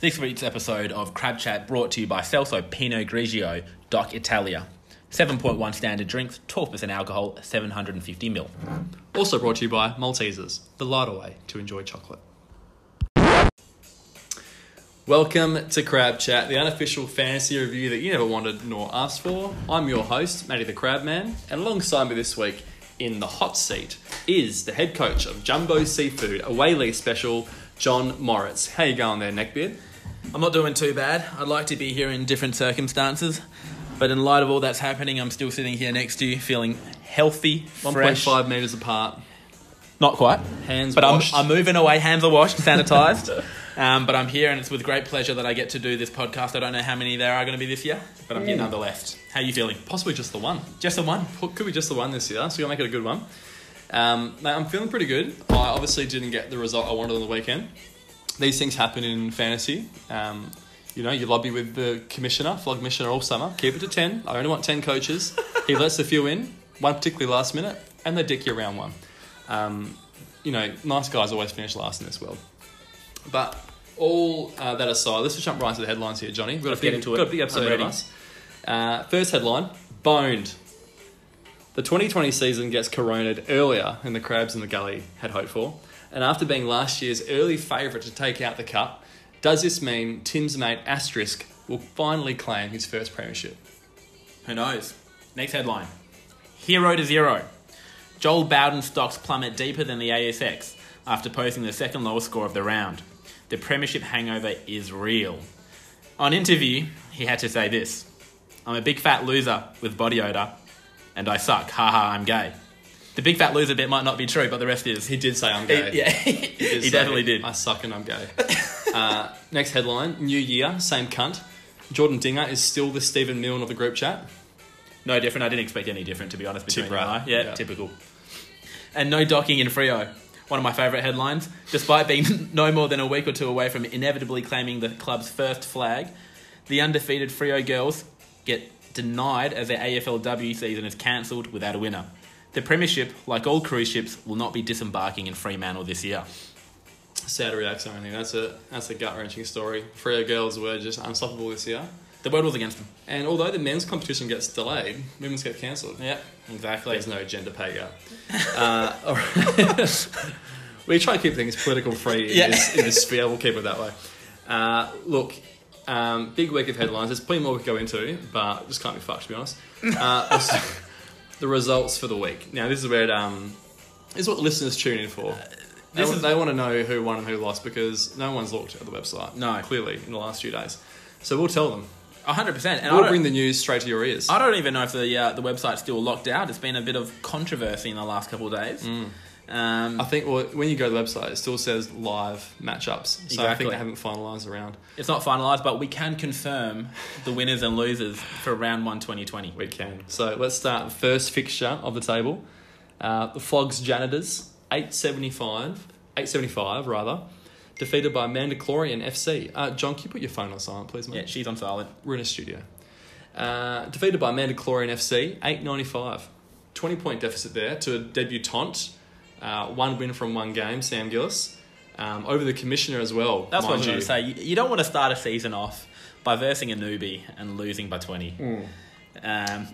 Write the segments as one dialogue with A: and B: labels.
A: This week's episode of Crab Chat brought to you by Celso Pinot Grigio Doc Italia. 7.1 standard drinks, 12% alcohol, 750ml.
B: Also brought to you by Maltesers, the lighter way to enjoy chocolate. Welcome to Crab Chat, the unofficial fantasy review that you never wanted nor asked for. I'm your host, Matty the Crab Man, and alongside me this week in the hot seat is the head coach of Jumbo Seafood, a Whaley special, John Morris. How you going there, neckbeard?
A: I'm not doing too bad. I'd like to be here in different circumstances, but in light of all that's happening, I'm still sitting here next to you feeling healthy, fresh.
B: 1.5 metres apart,
A: Not quite.
B: hands
A: But I'm,
B: washed.
A: I'm moving away, hands are washed, sanitised. um, but I'm here and it's with great pleasure that I get to do this podcast. I don't know how many there are going to be this year, but I'm here nonetheless. How you feeling?
B: Possibly just the one.
A: Just the one.
B: Well, could be just the one this year, so we gotta make it a good one. Um, mate, I'm feeling pretty good. I obviously didn't get the result I wanted on the weekend. These things happen in fantasy. Um, you know, you lobby with the commissioner, flog commissioner all summer. Keep it to 10. I only want 10 coaches. He lets a few in, one particularly last minute, and they dick you around one. Um, you know, nice guys always finish last in this world. But all uh, that aside, let's just jump right into the headlines here, Johnny. We've got,
A: Let's
B: a, big,
A: get into it.
B: got a big
A: I'm
B: episode ahead
A: ready.
B: of us. Uh, first headline Boned. The 2020 season gets coronaed earlier than the Crabs in the Gully had hoped for. And after being last year's early favourite to take out the cup, does this mean Tim's mate Asterisk will finally claim his first premiership?
A: Who knows? Next headline Hero to Zero. Joel Bowden stocks plummet deeper than the ASX after posting the second lowest score of the round. The Premiership hangover is real. On interview, he had to say this I'm a big fat loser with body odour, and I suck. Haha, I'm gay. The big fat loser bit might not be true, but the rest is.
B: He did say I'm gay.
A: yeah,
B: did
A: he
B: say,
A: definitely did.
B: I suck and I'm gay. uh, next headline New Year, same cunt. Jordan Dinger is still the Stephen Milne of the group chat.
A: No different. I didn't expect any different, to be honest. Between
B: Tip
A: you and
B: right.
A: I. Yeah,
B: Yeah.
A: typical. And no docking in Frio. One of my favourite headlines. Despite being no more than a week or two away from inevitably claiming the club's first flag, the undefeated Frio girls get denied as their AFLW season is cancelled without a winner. The Premiership, like all cruise ships, will not be disembarking in Fremantle this year.
B: Sad reaction, I think. That's a, that's a gut wrenching story. Freo girls were just unstoppable this year.
A: The world was against them.
B: And although the men's competition gets delayed, women's get cancelled.
A: Yeah, exactly.
B: There's no gender pay gap. Uh, all right. we try to keep things political free in,
A: Yeah.
B: this, in this sphere. We'll keep it that way. Uh, look, um, big week of headlines. There's plenty more we could go into, but just can't be fucked, to be honest. Uh, the results for the week. Now, this is where it, um, this is what listeners tune in for. They,
A: Uh, This
B: wa-
A: is-
B: they want to know who won and who lost because no one's looked at the website.
A: No.
B: clearly in the last few days. So we'll tell them.
A: 100%. And I
B: we'll
A: don't-
B: bring the news straight to your ears.
A: I don't even know if the uh, the website's still locked out. It's been a bit of controversy in the last couple of days.
B: I
A: Um,
B: think well, when you go to the website, it still says live matchups. So I
A: Exactly.
B: think they haven't finalised around.
A: it's not finalised, but we can confirm the winners and losers for round one 2020.
B: We can. So let's start the first fixture of the table. Uh, the Flogs Janitors, 875, 875 rather, defeated by Mandaclorian FC. Uh, John, can you put your phone on silent, please, mate?
A: Yeah, she's on silent.
B: We're in a studio. Uh, defeated by Mandaclorian FC, 895. 20 point deficit there to a debutante. Uh, one win from one game, Sam Gillis. Um, over the commissioner as well.
A: That's what I
B: mind
A: was going
B: you.
A: to say. You, you don't want to start a season off by versing a newbie and losing by 20.
B: Mm.
A: Um,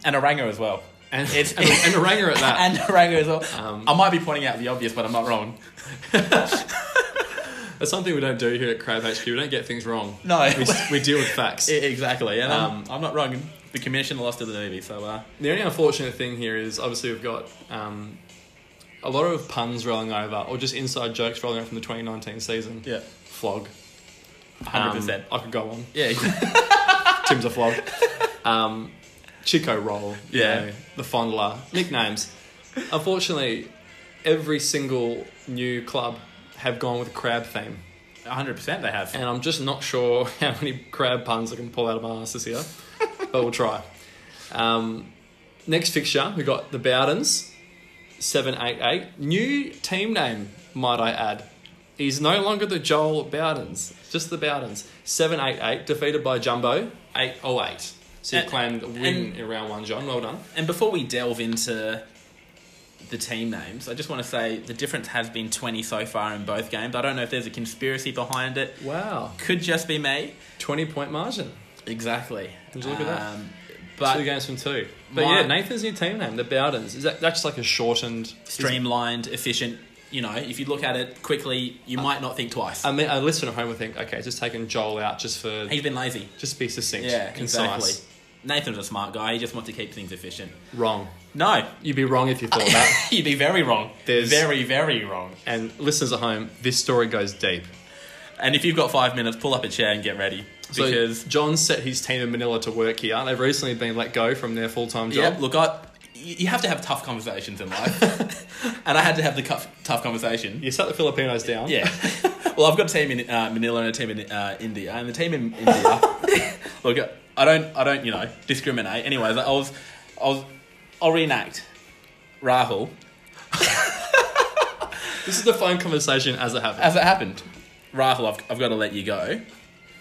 A: and Oranga as well.
B: and
A: It's-
B: it's and, and a ranger at that.
A: And Oranga as well.
B: Um,
A: I might be pointing out the obvious, but I'm not wrong.
B: That's something we don't do here at Crab HQ. We don't get things wrong.
A: No.
B: we, s- we deal with facts.
A: E- exactly. And um,
B: Um,
A: I'm not wrong. The commissioner lost to the newbie, so uh,
B: the only unfortunate thing here is obviously we've got um, a lot of puns rolling over, or just inside jokes rolling over from the 2019 season.
A: yeah,
B: Flog.
A: 100%.
B: Um, I could go on.
A: yeah,
B: Tim's a flog. Um, Chico roll. you
A: Yeah.
B: know, the fondler. Nicknames. Unfortunately, every single new club have gone with a crab theme.
A: 100% they have.
B: and I'm just not sure how many crab puns I can pull out of my ass this year, but we'll try. Um, next fixture, we got the Bowdens, seven eight eight. New team name, might I add. He's no longer the Joel Bowdens, just the Bowdens. Seven eight eight, defeated by Jumbo, eight oh eight. So you
A: And-
B: claimed a win in round one, John. Well done.
A: And before we delve into the team names, I just want to say the difference has been 20 so far in both games. I don't know if there's a conspiracy behind it.
B: Wow.
A: Could just be me.
B: 20 point margin.
A: Exactly.
B: Would you look at that?
A: But
B: Um, two games from two. But
A: My-
B: yeah, Nathan's new team name, the Bowdens. Is that that's just like a shortened
A: streamlined, efficient. You know, if you look at it quickly,
B: Uh,
A: you might not think twice.
B: I mean, a listener at home would think, okay, just taking Joel out just for
A: He's been lazy.
B: just be succinct,
A: Yeah,
B: concise,
A: exactly. Nathan's a smart guy. He just wants to keep things efficient.
B: wrong.
A: No,
B: You'd be wrong if you thought that.
A: you'd be very wrong.
B: There's-
A: Very, very wrong.
B: And listeners at home, this story goes deep.
A: And if you've got five minutes, pull up a chair and get ready. Because,
B: so John set his team in Manila to work here. They've recently been let go from their full time
A: yeah,
B: job.
A: look, I, you you have to have tough conversations in life. and I had to have the cuff- tough conversation.
B: You set the Filipinos down.
A: Yeah. well, I've got a team in uh, Manila and a team in uh, India, and the team in India. look, I don't, I don't, you know, discriminate. Anyways, I was, I was, I'll reenact Rahul
B: This is the phone conversation as it happened.
A: as it happened. Rahul, I've, I've got to let you go,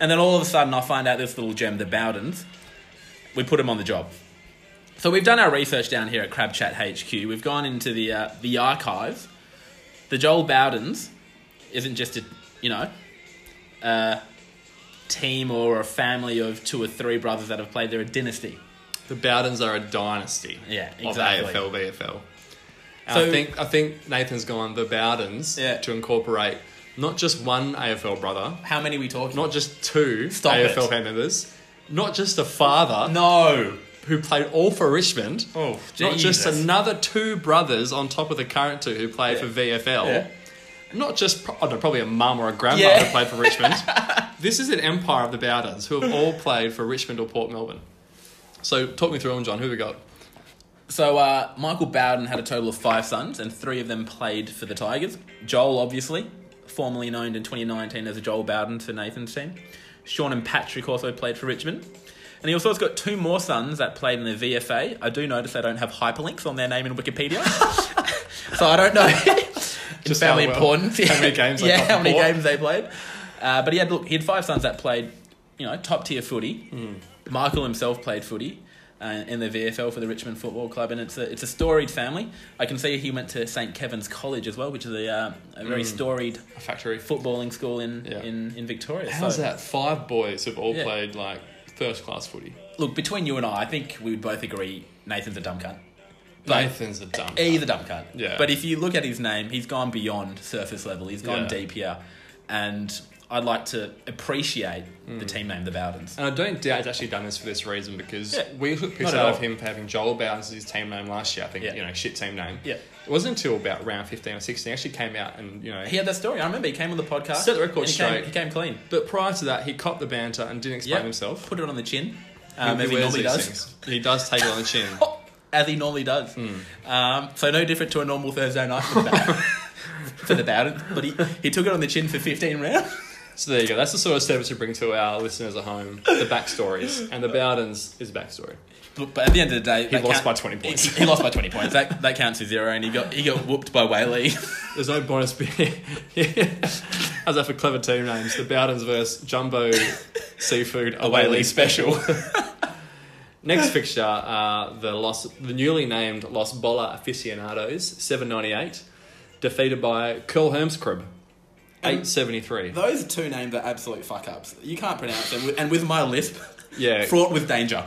A: and then all of a sudden, I find out this little gem, the Bowdens. We put him on the job. So we've done our research down here at Crab Chat HQ. We've gone into the uh, the archives. The Joel Bowdens isn't just a you know a team or a family of two or three brothers that have played. They're a dynasty.
B: The Bowdens are a dynasty
A: Yeah,
B: of
A: exactly.
B: AFL BFL. And I
A: So-
B: think I think Nathan's gone the Bowdens
A: Yeah.
B: to incorporate not just one AFL brother,
A: How many are we talking?
B: not just two
A: Stop
B: AFL
A: it.
B: family members, not just a father
A: no.
B: who played all for Richmond,
A: Oh,
B: not just
A: Jesus.
B: another two brothers on top of the current two who play for VFL.
A: Yeah.
B: Not just, pro- I don't know, probably a mum or a grandma
A: Yeah.
B: who played for Richmond. this is an empire of the Bowdens who have all played for Richmond or Port Melbourne. So talk me through them, John. Who we got?
A: So uh, Michael Bowden had a total of five sons, and three of them played for the Tigers. Joel, obviously, formerly known in 2019 as Joel Bowden to Nathan's team. Sean and Patrick also played for Richmond. And he also has got two more sons that played in the VFA. I do notice they don't have hyperlinks on their name in Wikipedia. so I don't know.
B: Just
A: Just
B: how
A: family
B: well-
A: importance.
B: how many games they
A: yeah,
B: got
A: how many
B: bought.
A: games they played. Uh, but he had look, he had five sons that played, you know, top tier footy.
B: Hmm.
A: Michael himself played footy uh, in the VFL for the Richmond Football Club, and it's a it's a storied family. I can see he went to St Kevin's College as well, which is a, uh, a very storied
B: A factory.
A: footballing school in
B: Hmm. Yeah.
A: in, in Victoria.
B: How's
A: so,
B: that? Five boys who've all
A: Yeah.
B: played like first class footy.
A: Look, between you and I, I think we would both agree Nathan's a dumb cunt. But-
B: Nathan's a dumb.
A: He's a dumb cunt.
B: Yeah.
A: But if you look at his name, he's gone beyond surface level. He's gone
B: Yeah.
A: deep here, and I'd like to appreciate
B: Hmm.
A: the team name, the Bowdens.
B: And I don't doubt he's actually done this for this reason because
A: Yeah.
B: we took piss
A: Not at
B: out
A: all.
B: of him for having Joel Bowers as his team name last year. I think
A: Yeah.
B: you know shit team name.
A: Yeah.
B: It wasn't until about round fifteen or sixteen he actually came out and you know.
A: He had that story. I remember he came on the podcast.
B: Set the record
A: and he came-
B: straight.
A: he came clean.
B: but prior to that, he copped the banter and didn't explain
A: Yep.
B: himself.
A: Put it on the chin, um,
B: He
A: as he
B: wears
A: normally
B: these
A: does. Oh.
B: things. He does take it on the chin.
A: As he normally does.
B: Hmm.
A: Um, so no different to a normal Thursday night for the, Bow- for the Bowdens. But he, he took it on the chin for 15 rounds.
B: So there you go. That's the sort of service we bring to our listeners at home. The backstories and the Bowdens is backstory.
A: But, but at the end of the day,
B: He lost by twenty points.
A: He, he lost by 20 points. That, that counts as zero, and he got he got whooped by Whaley.
B: There's no bonus beer. How's that for clever team names? The Bowdens versus Jumbo Seafood
A: A
B: Away
A: Whaley
B: League.
A: special.
B: Next fixture are the Los, the newly named Los Bola Aficionados, 798, defeated by Curl Hermscrib, 873.
A: Those two names are absolute fuck ups. You can't pronounce them. And with my lisp,
B: Yeah,
A: fraught with danger.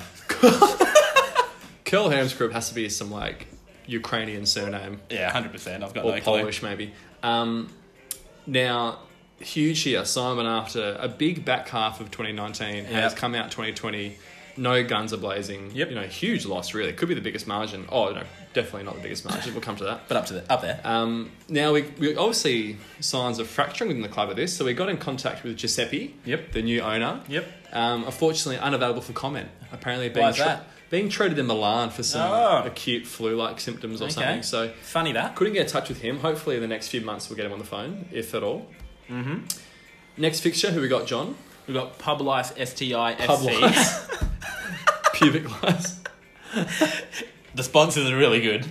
B: Curl Hermscrib has to be some like Ukrainian surname
A: Yeah, 100%. I've got
B: or
A: no clue.
B: Polish maybe. Um, now, huge here, Simon after a big back half of 2019 has
A: Yep.
B: come out 2020. No guns are blazing.
A: Yep.
B: You know, huge loss really. Could be the biggest margin. Oh no, definitely not the biggest margin. We'll come to that.
A: But up to the, up there.
B: Um, now we, we obviously signs of fracturing within the club of this, so we got in contact with Giuseppe,
A: Yep.
B: the new owner.
A: Yep.
B: Um, unfortunately, unavailable for comment. Apparently, being
A: Why is that?
B: being treated in Milan for some
A: Oh.
B: acute flu-like symptoms or
A: Okay.
B: something. So
A: Funny that.
B: couldn't get in touch with him. Hopefully, in the next few months, we'll get him on the phone, if at all. Mm-hmm. Next fixture, who we got? John.
A: We've got Pub Lice STI
B: Pub
A: FC.
B: lice. Pubic lice.
A: The sponsors are really good.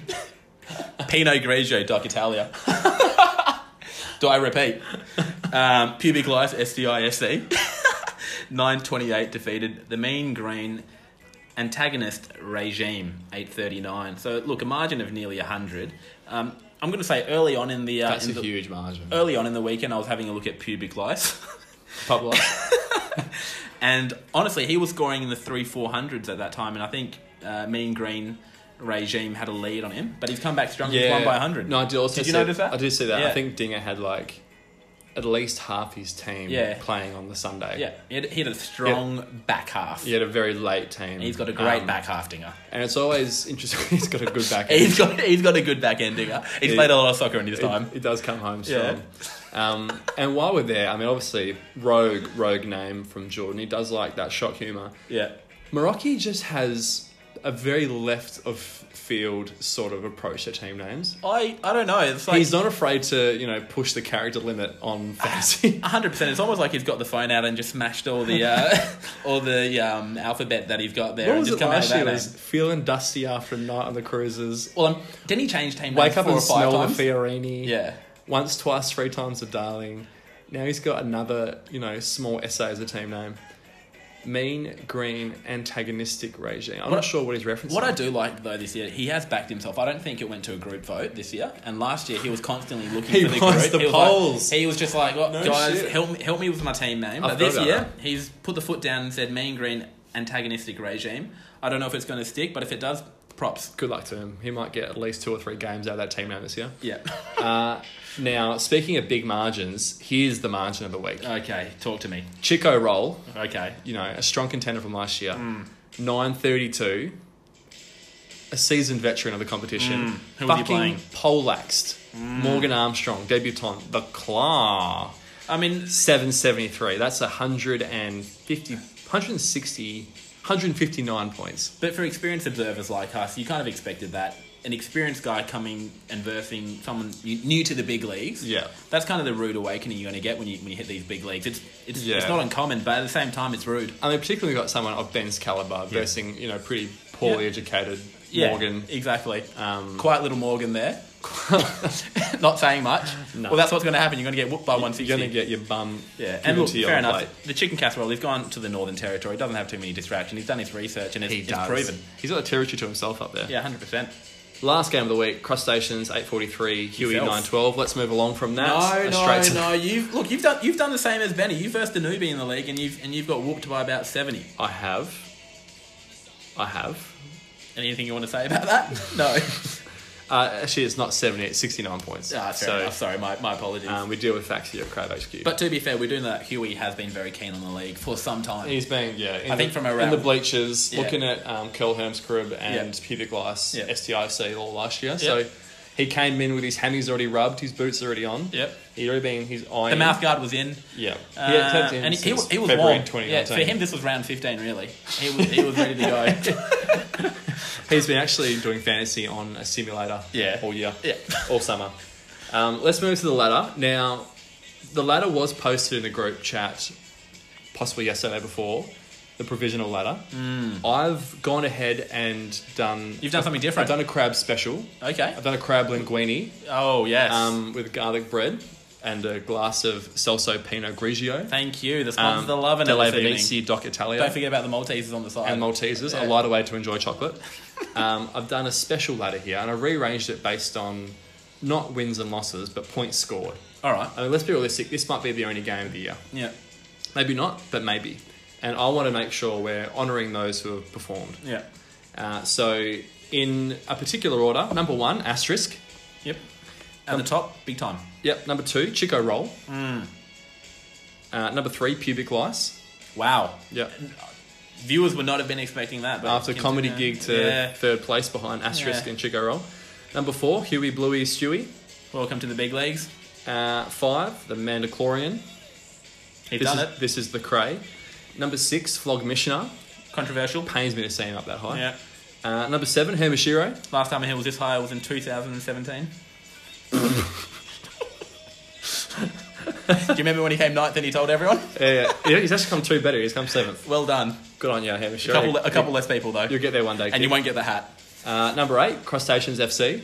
A: Pinot Grigio Doc Italia. Do I repeat? Um, pubic E. lice SDISC. 928 defeated the Mean Green antagonist regime 839. So look, a margin of nearly 100. Um, I'm going to say early on in the uh,
B: That's
A: in
B: a
A: the,
B: huge margin.
A: early on in the weekend, I was having a look at pubic lice,
B: Pub life.
A: and honestly, he was scoring in the three four hundreds at that time, and I think uh, Mean Green regime had a lead on him, but he's come back strong. He's won by 100.
B: No, I did also
A: Did you
B: see-
A: notice that?
B: I did see that. I
A: Yeah.
B: think Dinger had like at least half his team
A: Yeah.
B: playing on the Sunday.
A: Yeah, he had, he had a strong back half.
B: He had a very late team.
A: He's got a great
B: Um,
A: back half dinger.
B: And it's always interesting. He's got a good back.
A: He's got he's got a good back end dinger. He's
B: Yeah.
A: played a lot of soccer in his
B: It-
A: time.
B: It, does come home
A: Yeah.
B: strong. Um, and while we're there, I mean, obviously, rogue, rogue name from Jordan. He does like that shock humour.
A: Yeah.
B: Meraki just has a very left of field sort of approach to team names.
A: I, I don't know. It's like Ah.
B: He's not afraid to, you know, push the character limit on fantasy.
A: hundred percent. It's almost like he's got the phone out and just smashed all the uh, all the um, alphabet that he's got there.
B: what
A: and
B: was
A: just
B: it
A: come out
B: last
A: with
B: year?
A: that
B: It was feeling dusty after a night on the cruises.
A: name. well, I'm, didn't he change team names
B: Wake up
A: four
B: and
A: or five
B: smell
A: times?
B: the Fiorini.
A: Yeah,
B: Once, twice, three times a darling. Now he's got another, you know, small essay as a team name. Mean, green, antagonistic regime. I'm
A: What-
B: not sure what he's referencing.
A: What I do like though this year, he has backed himself. I don't think it went to a group vote this year. And last year, he was constantly looking
B: He
A: for the
B: was
A: group.
B: the
A: he, was like-
B: polls.
A: he was just like, well,
B: No
A: guys,
B: shit.
A: help me, help me with my team name.
B: I
A: But this
B: forgot
A: year,
B: about
A: he's put the foot down and said Mean Green antagonistic regime. I don't know if it's going to stick, but if it does, props.
B: Good luck to him. He might get at least two or three games out of that team name this year.
A: Yeah.
B: Uh, now, speaking of big margins, here's the margin of the week.
A: okay, talk to me.
B: Chico roll,
A: Okay.
B: you know, a strong contender from last year. 932, a seasoned veteran of the competition.
A: Mm. Who was he
B: fucking
A: playing? Mm.
B: poleaxed. Morgan Armstrong, debutant, the claw.
A: I mean,
B: 773. That's 150, 160, 159 points.
A: But for experienced observers like us, you kind of expected that. An experienced guy coming and versing someone you- new to the big leagues.
B: Yeah.
A: That's kind of the rude awakening you're going to get when you, when you hit these big leagues. It's, it's,
B: Yeah.
A: it's not uncommon, but at the same time, it's rude.
B: I mean, particularly we've got someone of Ben's caliber versing, you know, pretty poorly
A: Yeah.
B: educated
A: Yeah,
B: Morgan.
A: Exactly.
B: Um,
A: Quiet little Morgan there. not saying much.
B: No.
A: Well, that's what's going to happen. You're going to get whooped by 160.
B: You're going to get your bum
A: yeah,
B: given
A: and look,
B: to you
A: fair
B: on a
A: enough.
B: plate.
A: The chicken casserole, he's gone to the Northern Territory, doesn't have too many distractions. He's done his research and it's, it's proven.
B: He's got the territory to himself up there.
A: Yeah, 100%.
B: Last game of the week, Crustaceans, 843, Huey,
A: Yourself.
B: 912. Let's move along from that.
A: No,
B: Let's
A: no,
B: straight to-
A: no. You've look. You've done. You've done the same as Benny. You versed a newbie in the league, and you've and you've got whooped by about seventy.
B: I have. I have.
A: Anything you want to say about that? No.
B: Uh, actually, it's not 70, it's 69 points.
A: ah, fair
B: so
A: enough. Sorry, my, my apologies.
B: um, we deal with facts here at Crab HQ.
A: but to be fair, we do know that Huey has been very keen on the league for some time.
B: He's been, yeah, in
A: I think
B: the,
A: from around-
B: in the bleachers,
A: Yeah.
B: looking at um, Curl Herm's crib and
A: Yeah.
B: pubic lice,
A: Yeah.
B: STIC all last year. So he came in with his hammies already rubbed, his boots already on.
A: Yep.
B: He'd already been his iron.
A: the mouth guard was in.
B: Yeah.
A: Uh,
B: he had tapped in
A: and he, he,
B: since
A: was- he was
B: February
A: warm. Yeah,
B: 2019.
A: for him, this was round fifteen. Really, he was he was ready to go.
B: He's been actually doing fantasy on a simulator
A: Yeah.
B: all year,
A: yeah.
B: all summer. Um, let's move to the ladder. Now, the ladder was posted in the group chat possibly yesterday before, the provisional ladder. I've gone ahead and done.
A: Mm. You've done something different.
B: I've done a crab special.
A: Okay.
B: I've done a crab linguine
A: Oh yes.
B: um, with garlic bread and a glass of Celso Pinot Grigio.
A: Thank you. The sponsors
B: Um,
A: are loving
B: Della
A: it this evening.
B: Vinici Doc Italia
A: Don't forget about the Maltesers on the side.
B: and Maltesers,
A: Yeah.
B: a lighter way to enjoy chocolate. um, I've done a special ladder here and I rearranged it based on not wins and losses, but points scored.
A: All right.
B: I mean, let's be realistic, this might be the only game of the year.
A: Yeah.
B: Maybe not, but maybe. And I want to make sure we're honouring those who have performed.
A: Yeah.
B: Uh, so, in a particular order, number one, asterisk.
A: Yep. At the
B: Um,
A: top, big time.
B: Yep. Number two, Chico Roll. Uh, number three, Pubic Lice.
A: Wow.
B: Yep.
A: Viewers would not have been expecting that. But
B: After
A: Kim
B: comedy
A: Turner-
B: gig to
A: Yeah.
B: third place behind Asterisk
A: Yeah.
B: and Chico Roll. Number four, Huey, Bluey, Stewie.
A: Welcome to the big leagues.
B: Uh, five, The Mandalorian.
A: He's
B: This
A: done
B: is,
A: it.
B: this is The Cray. Number six, Flog Missioner.
A: Controversial.
B: Pains me to see him up that high.
A: Yeah.
B: Uh, number seven, Hermashiro.
A: Last time he was this high was in 2017. Do you remember when he came ninth and he told everyone?
B: Yeah, yeah, he's actually come two better. He's come seventh.
A: Well done.
B: Good on you, Hamish.
A: A couple, le- a couple less people though,
B: You'll get there one day.
A: and you
B: kid.
A: won't get the hat.
B: Uh, number eight, Crustaceans FC.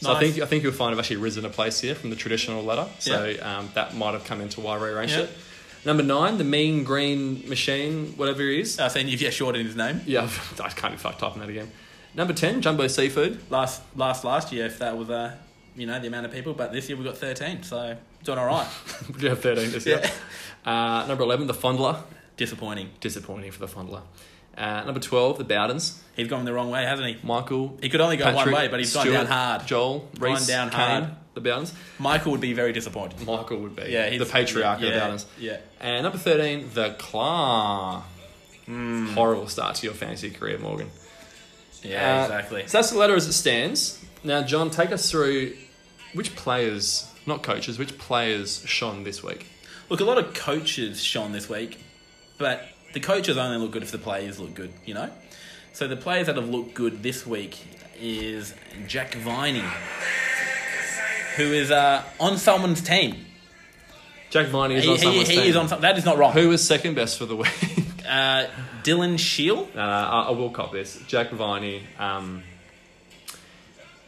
B: So I
A: Nice.
B: think I think you'll find I've actually risen a place here from the traditional ladder. So um, that might have come into why I rearranged
A: Yeah.
B: it. Number nine, the Mean Green Machine, whatever he is.
A: Uh, saying you've yeah, shorted his name.
B: Yeah, I can't be fucked typing that again. Number ten, Jumbo Seafood.
A: Last last last year, if that was uh, you know the amount of people, but this year we got thirteen, so doing all right.
B: we do have thirteen this year. Uh, number eleven, the Fondler.
A: Disappointing.
B: Disappointing for the Fondler. Uh, number twelve, the Bowdens.
A: He's gone the wrong way, hasn't he?
B: Michael.
A: He could only go
B: Patrick,
A: one way, but he's gone
B: Stuart,
A: down hard.
B: Joel.
A: Gone
B: Reese.
A: down
B: Kane,
A: hard.
B: The Bowdens.
A: Michael would be very disappointed.
B: Michael would be.
A: Yeah, he's
B: the patriarch
A: yeah,
B: of the Bowdens.
A: Yeah.
B: And number 13, the Claw. Horrible start to your fantasy career, Morgan.
A: Yeah,
B: Uh,
A: exactly.
B: So that's the ladder as it stands. Now, John, take us through which players, not coaches, which players shone this week.
A: Look, a lot of coaches shone this week, but the coaches only look good if the players look good, you know? So the players that have looked good this week is Jack Viney, who is uh, on someone's team.
B: Jack Viney is
A: he
B: on
A: he,
B: someone's
A: he
B: team.
A: is on some, That is not wrong.
B: Who was second best for the week?
A: Uh, Dylan Shield.
B: uh, I, I will cop this. Jack Viney. Um,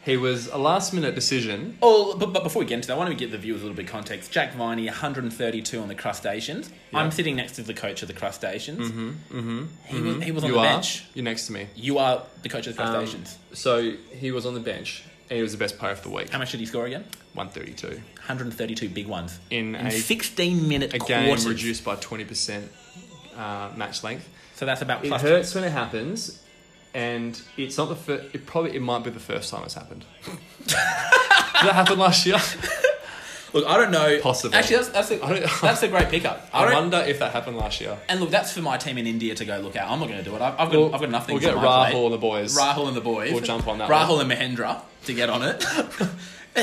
B: he was a last minute decision.
A: Oh, but, but before we get into that, why don't we give the viewers a little bit of context? Jack Viney, 132 on the crustaceans. I'm sitting next to the coach of the crustaceans. Mm-hmm, mm-hmm, he, Was, he was on
B: you
A: the
B: are.
A: bench.
B: You're next to me.
A: You are the coach of the
B: Um,
A: crustaceans.
B: so he was on the bench. And he was the best player of the week.
A: How much did he score again?
B: 132.
A: 132 big ones
B: In
A: in
B: a-
A: 16 minute
B: A game
A: quarters.
B: reduced by 20% uh, match length.
A: So that's about
B: It
A: plus.
B: hurts when it happens, and it's not the first. It probably it might be the first time it's happened. Did that happen last year?
A: Look, I don't know.
B: Possible.
A: Actually, that's that's a,
B: I don't-
A: that's a great pickup. I
B: I
A: don't,
B: wonder if that happened last year.
A: and look, that's for my team in India to go look at. I'm not going to do it. I've, I've got I've got nothing.
B: We'll
A: to
B: get
A: my
B: Rahul
A: plate.
B: and the boys,
A: Rahul and the boys.
B: We'll jump on that
A: Rahul and Mahendra to get on it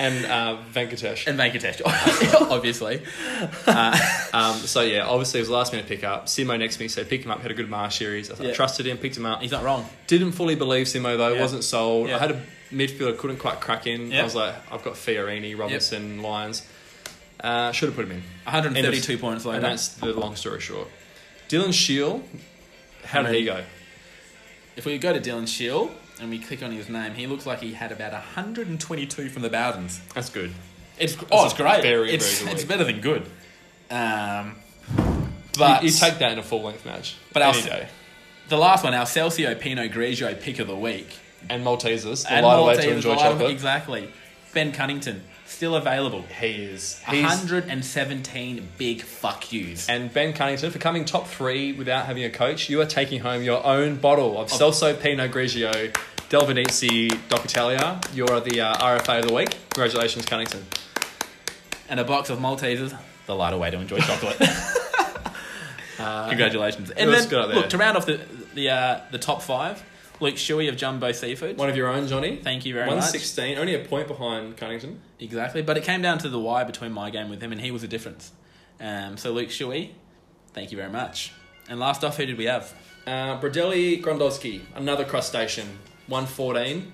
B: and uh, Venkatesh.
A: and make a test. Obviously,
B: Um, so yeah, obviously it was a last minute pickup. Simo next to me said pick him up. Had a good Mars series. I, thought- I
A: Yeah.
B: trusted him, picked him up.
A: he's not wrong.
B: Didn't fully believe Simo though.
A: Yeah.
B: Wasn't sold.
A: Yeah.
B: I had a midfielder couldn't quite crack in.
A: Yeah.
B: I was like, I've got Fiorini, Robinson, Lyons. Uh, should have put him in.
A: 132 points
B: And
A: later.
B: that's the long story short. Dylan Shield, how did he go?
A: If we go to Dylan Shield and we click on his name, he looks like he had about 122 from the Bowdens.
B: That's good.
A: It's oh,
B: is
A: it's great.
B: very, very
A: it's,
B: good
A: it's
B: league.
A: better than good. Um,
B: But
A: but
B: you, take that in a full length match.
A: But
B: any
A: I'll-
B: day.
A: the last one, our Celso Pinot Grigio pick of the week,
B: And Maltesers, the
A: And
B: lighter way
A: Maltese
B: to enjoy
A: Light-
B: chocolate.
A: Exactly. Ben Cunnington still available.
B: He is. He's,
A: 117 big fuck yous.
B: and Ben Cunnington, for coming top three without having a coach, you are taking home your own bottle of Celso Pinot Grigio Del Venezia Docitalia. You're the uh, RFA of the week. Congratulations, Cunnington.
A: And a box of Maltesers, the lighter way to enjoy chocolate. Uh, Congratulations. And
B: was
A: then,
B: good up there.
A: look, to round off the, the, uh, the top five, Luke Shuey of Jumbo Seafood.
B: One of your own, Johnny.
A: Thank you very much.
B: 116, only a point behind Cunnington.
A: Exactly, but it came down to the why between my game with him, and he was the difference. Um, so Luke Shuey, thank you very much. And last off, who did we have?
B: Uh, Bradelli Grondowski, another crustacean, 114.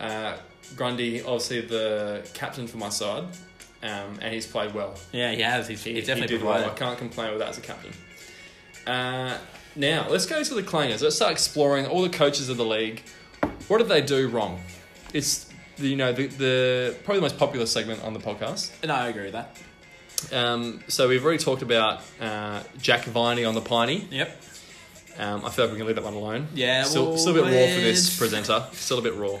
B: Uh, Grundy, obviously the captain for my side, um, and he's played well.
A: Yeah, he has. He's, he's
B: He
A: definitely
B: did well. I
A: provided.
B: can't complain with that as a captain. Uh, now, let's go to the clangers. Let's start exploring all the coaches of the league. What did they do wrong? It's, the, you know, the, the probably the most popular segment on the podcast.
A: No, I agree with that.
B: Um, so we've already talked about uh, Jack Viney on the piney.
A: Yep.
B: Um, I feel like we can leave that one alone.
A: Yeah,
B: still,
A: well,
B: still a bit raw for this
A: it's-
B: presenter. Still a bit raw.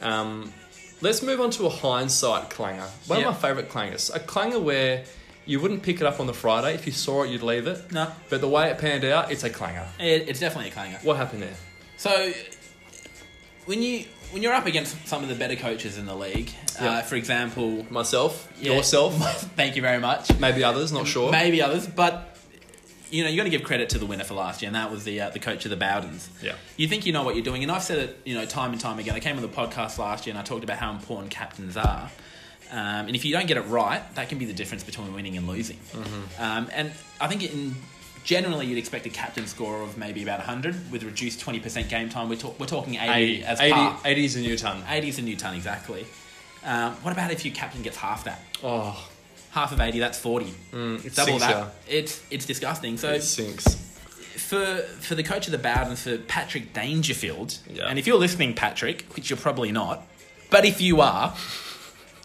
B: Um, let's move on to a hindsight clanger. One
A: Yeah.
B: of my favourite clangers. A clanger where you wouldn't pick it up on the Friday. If you saw it, you'd leave it.
A: No,
B: But the way it panned out, it's a clanger.
A: it, it's definitely a clanger.
B: What happened there?
A: So when you when you're up against some of the better coaches in the league, uh,
B: Yeah.
A: for example,
B: Myself,
A: yeah,
B: yourself,
A: thank you very much.
B: maybe others, not sure.
A: Maybe others, but you know you got to give credit to the winner for last year, and that was the uh, the coach of the Bowdens.
B: Yeah.
A: you think you know what you're doing, and I've said it, you know, time and time again. I came on the podcast last year and I talked about how important captains are, um, and if you don't get it right, that can be the difference between winning and losing.
B: Mm-hmm.
A: Um, and I think in generally you'd expect a captain score of maybe about 100 with reduced 20% game time. We're, talk- we're talking 80,
B: 80,
A: as
B: 80
A: par.
B: 80 is a new ton.
A: 80 is a new ton exactly. Um, what about if your captain gets half that?
B: Oh,
A: Half of 80, that's 40.
B: it
A: Double
B: sinks
A: that.
B: ya.
A: It's it's disgusting. So
B: It sinks.
A: for for the coach of the Bowdens for Patrick Dangerfield,
B: Yeah.
A: and if you're listening, Patrick, which you're probably not, but if you are,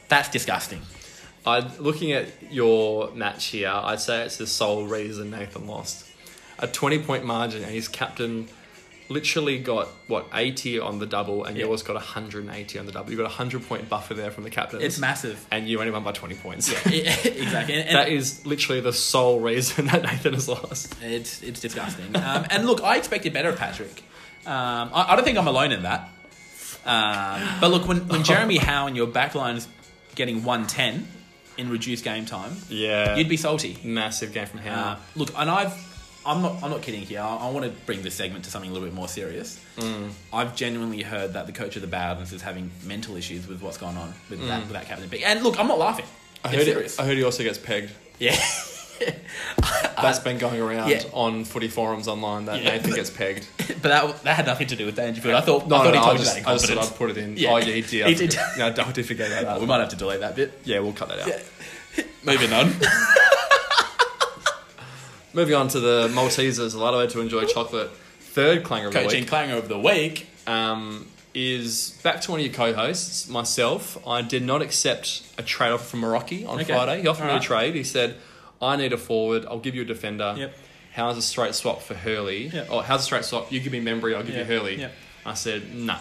A: that's disgusting.
B: I looking at your match here, I'd say it's the sole reason Nathan lost. A twenty point margin, and his captain literally got what eighty on the double, and
A: Yeah.
B: yours got hundred and eighty on the double. You got a hundred point buffer there from the captain.
A: It's massive.
B: and you only won by twenty points.
A: exactly. And, and
B: that is literally the sole reason that Nathan has lost.
A: It's it's disgusting. Um, and look, I expected better of Patrick. Um, I, I don't think I'm alone in that. Um, but look, when, when Jeremy Howe and your backline is getting 110 in reduced game time,
B: Yeah,
A: you'd be salty.
B: massive game from him.
A: Uh, look, and I've I'm not I'm not kidding here. I, I want to bring this segment to something a little bit more serious.
B: Mm.
A: I've genuinely heard that the coach of the Bowdens is having mental issues with what's going on with that with that captain pick. And look, I'm not laughing.
B: Mm. I
A: It's
B: heard.
A: serious.
B: It, I heard he also gets pegged.
A: yeah.
B: That's been going around
A: yeah.
B: on footy forums online that
A: Yeah.
B: Nathan gets pegged.
A: but that, that had nothing to do with Dangerfield. I thought,
B: No,
A: I
B: no,
A: thought
B: no,
A: he
B: I
A: told
B: just,
A: you that in
B: I just
A: confidence.
B: thought I'd put it in.
A: Yeah.
B: Oh, yeah, he did.
A: He did.
B: no, I did forget about
A: Uh, we
B: that.
A: might have to delete that bit.
B: yeah, we'll cut that out.
A: Moving on.
B: Moving on to the Maltesers, Lotto to enjoy chocolate. Third clanger of the
A: Coaching
B: week
A: Clang over the week.
B: um, is back to one of your co-hosts, myself. I did not accept a trade offer from Morocco on
A: Okay.
B: Friday. He offered me
A: All
B: a
A: right.
B: trade. He said, "I need a forward. I'll give you a defender.
A: Yep.
B: How's a straight swap for Hurley?
A: Yep.
B: Or how's a straight swap? You give me Membry. I'll give
A: Yep.
B: you Hurley."
A: Yep.
B: I said, "Nah."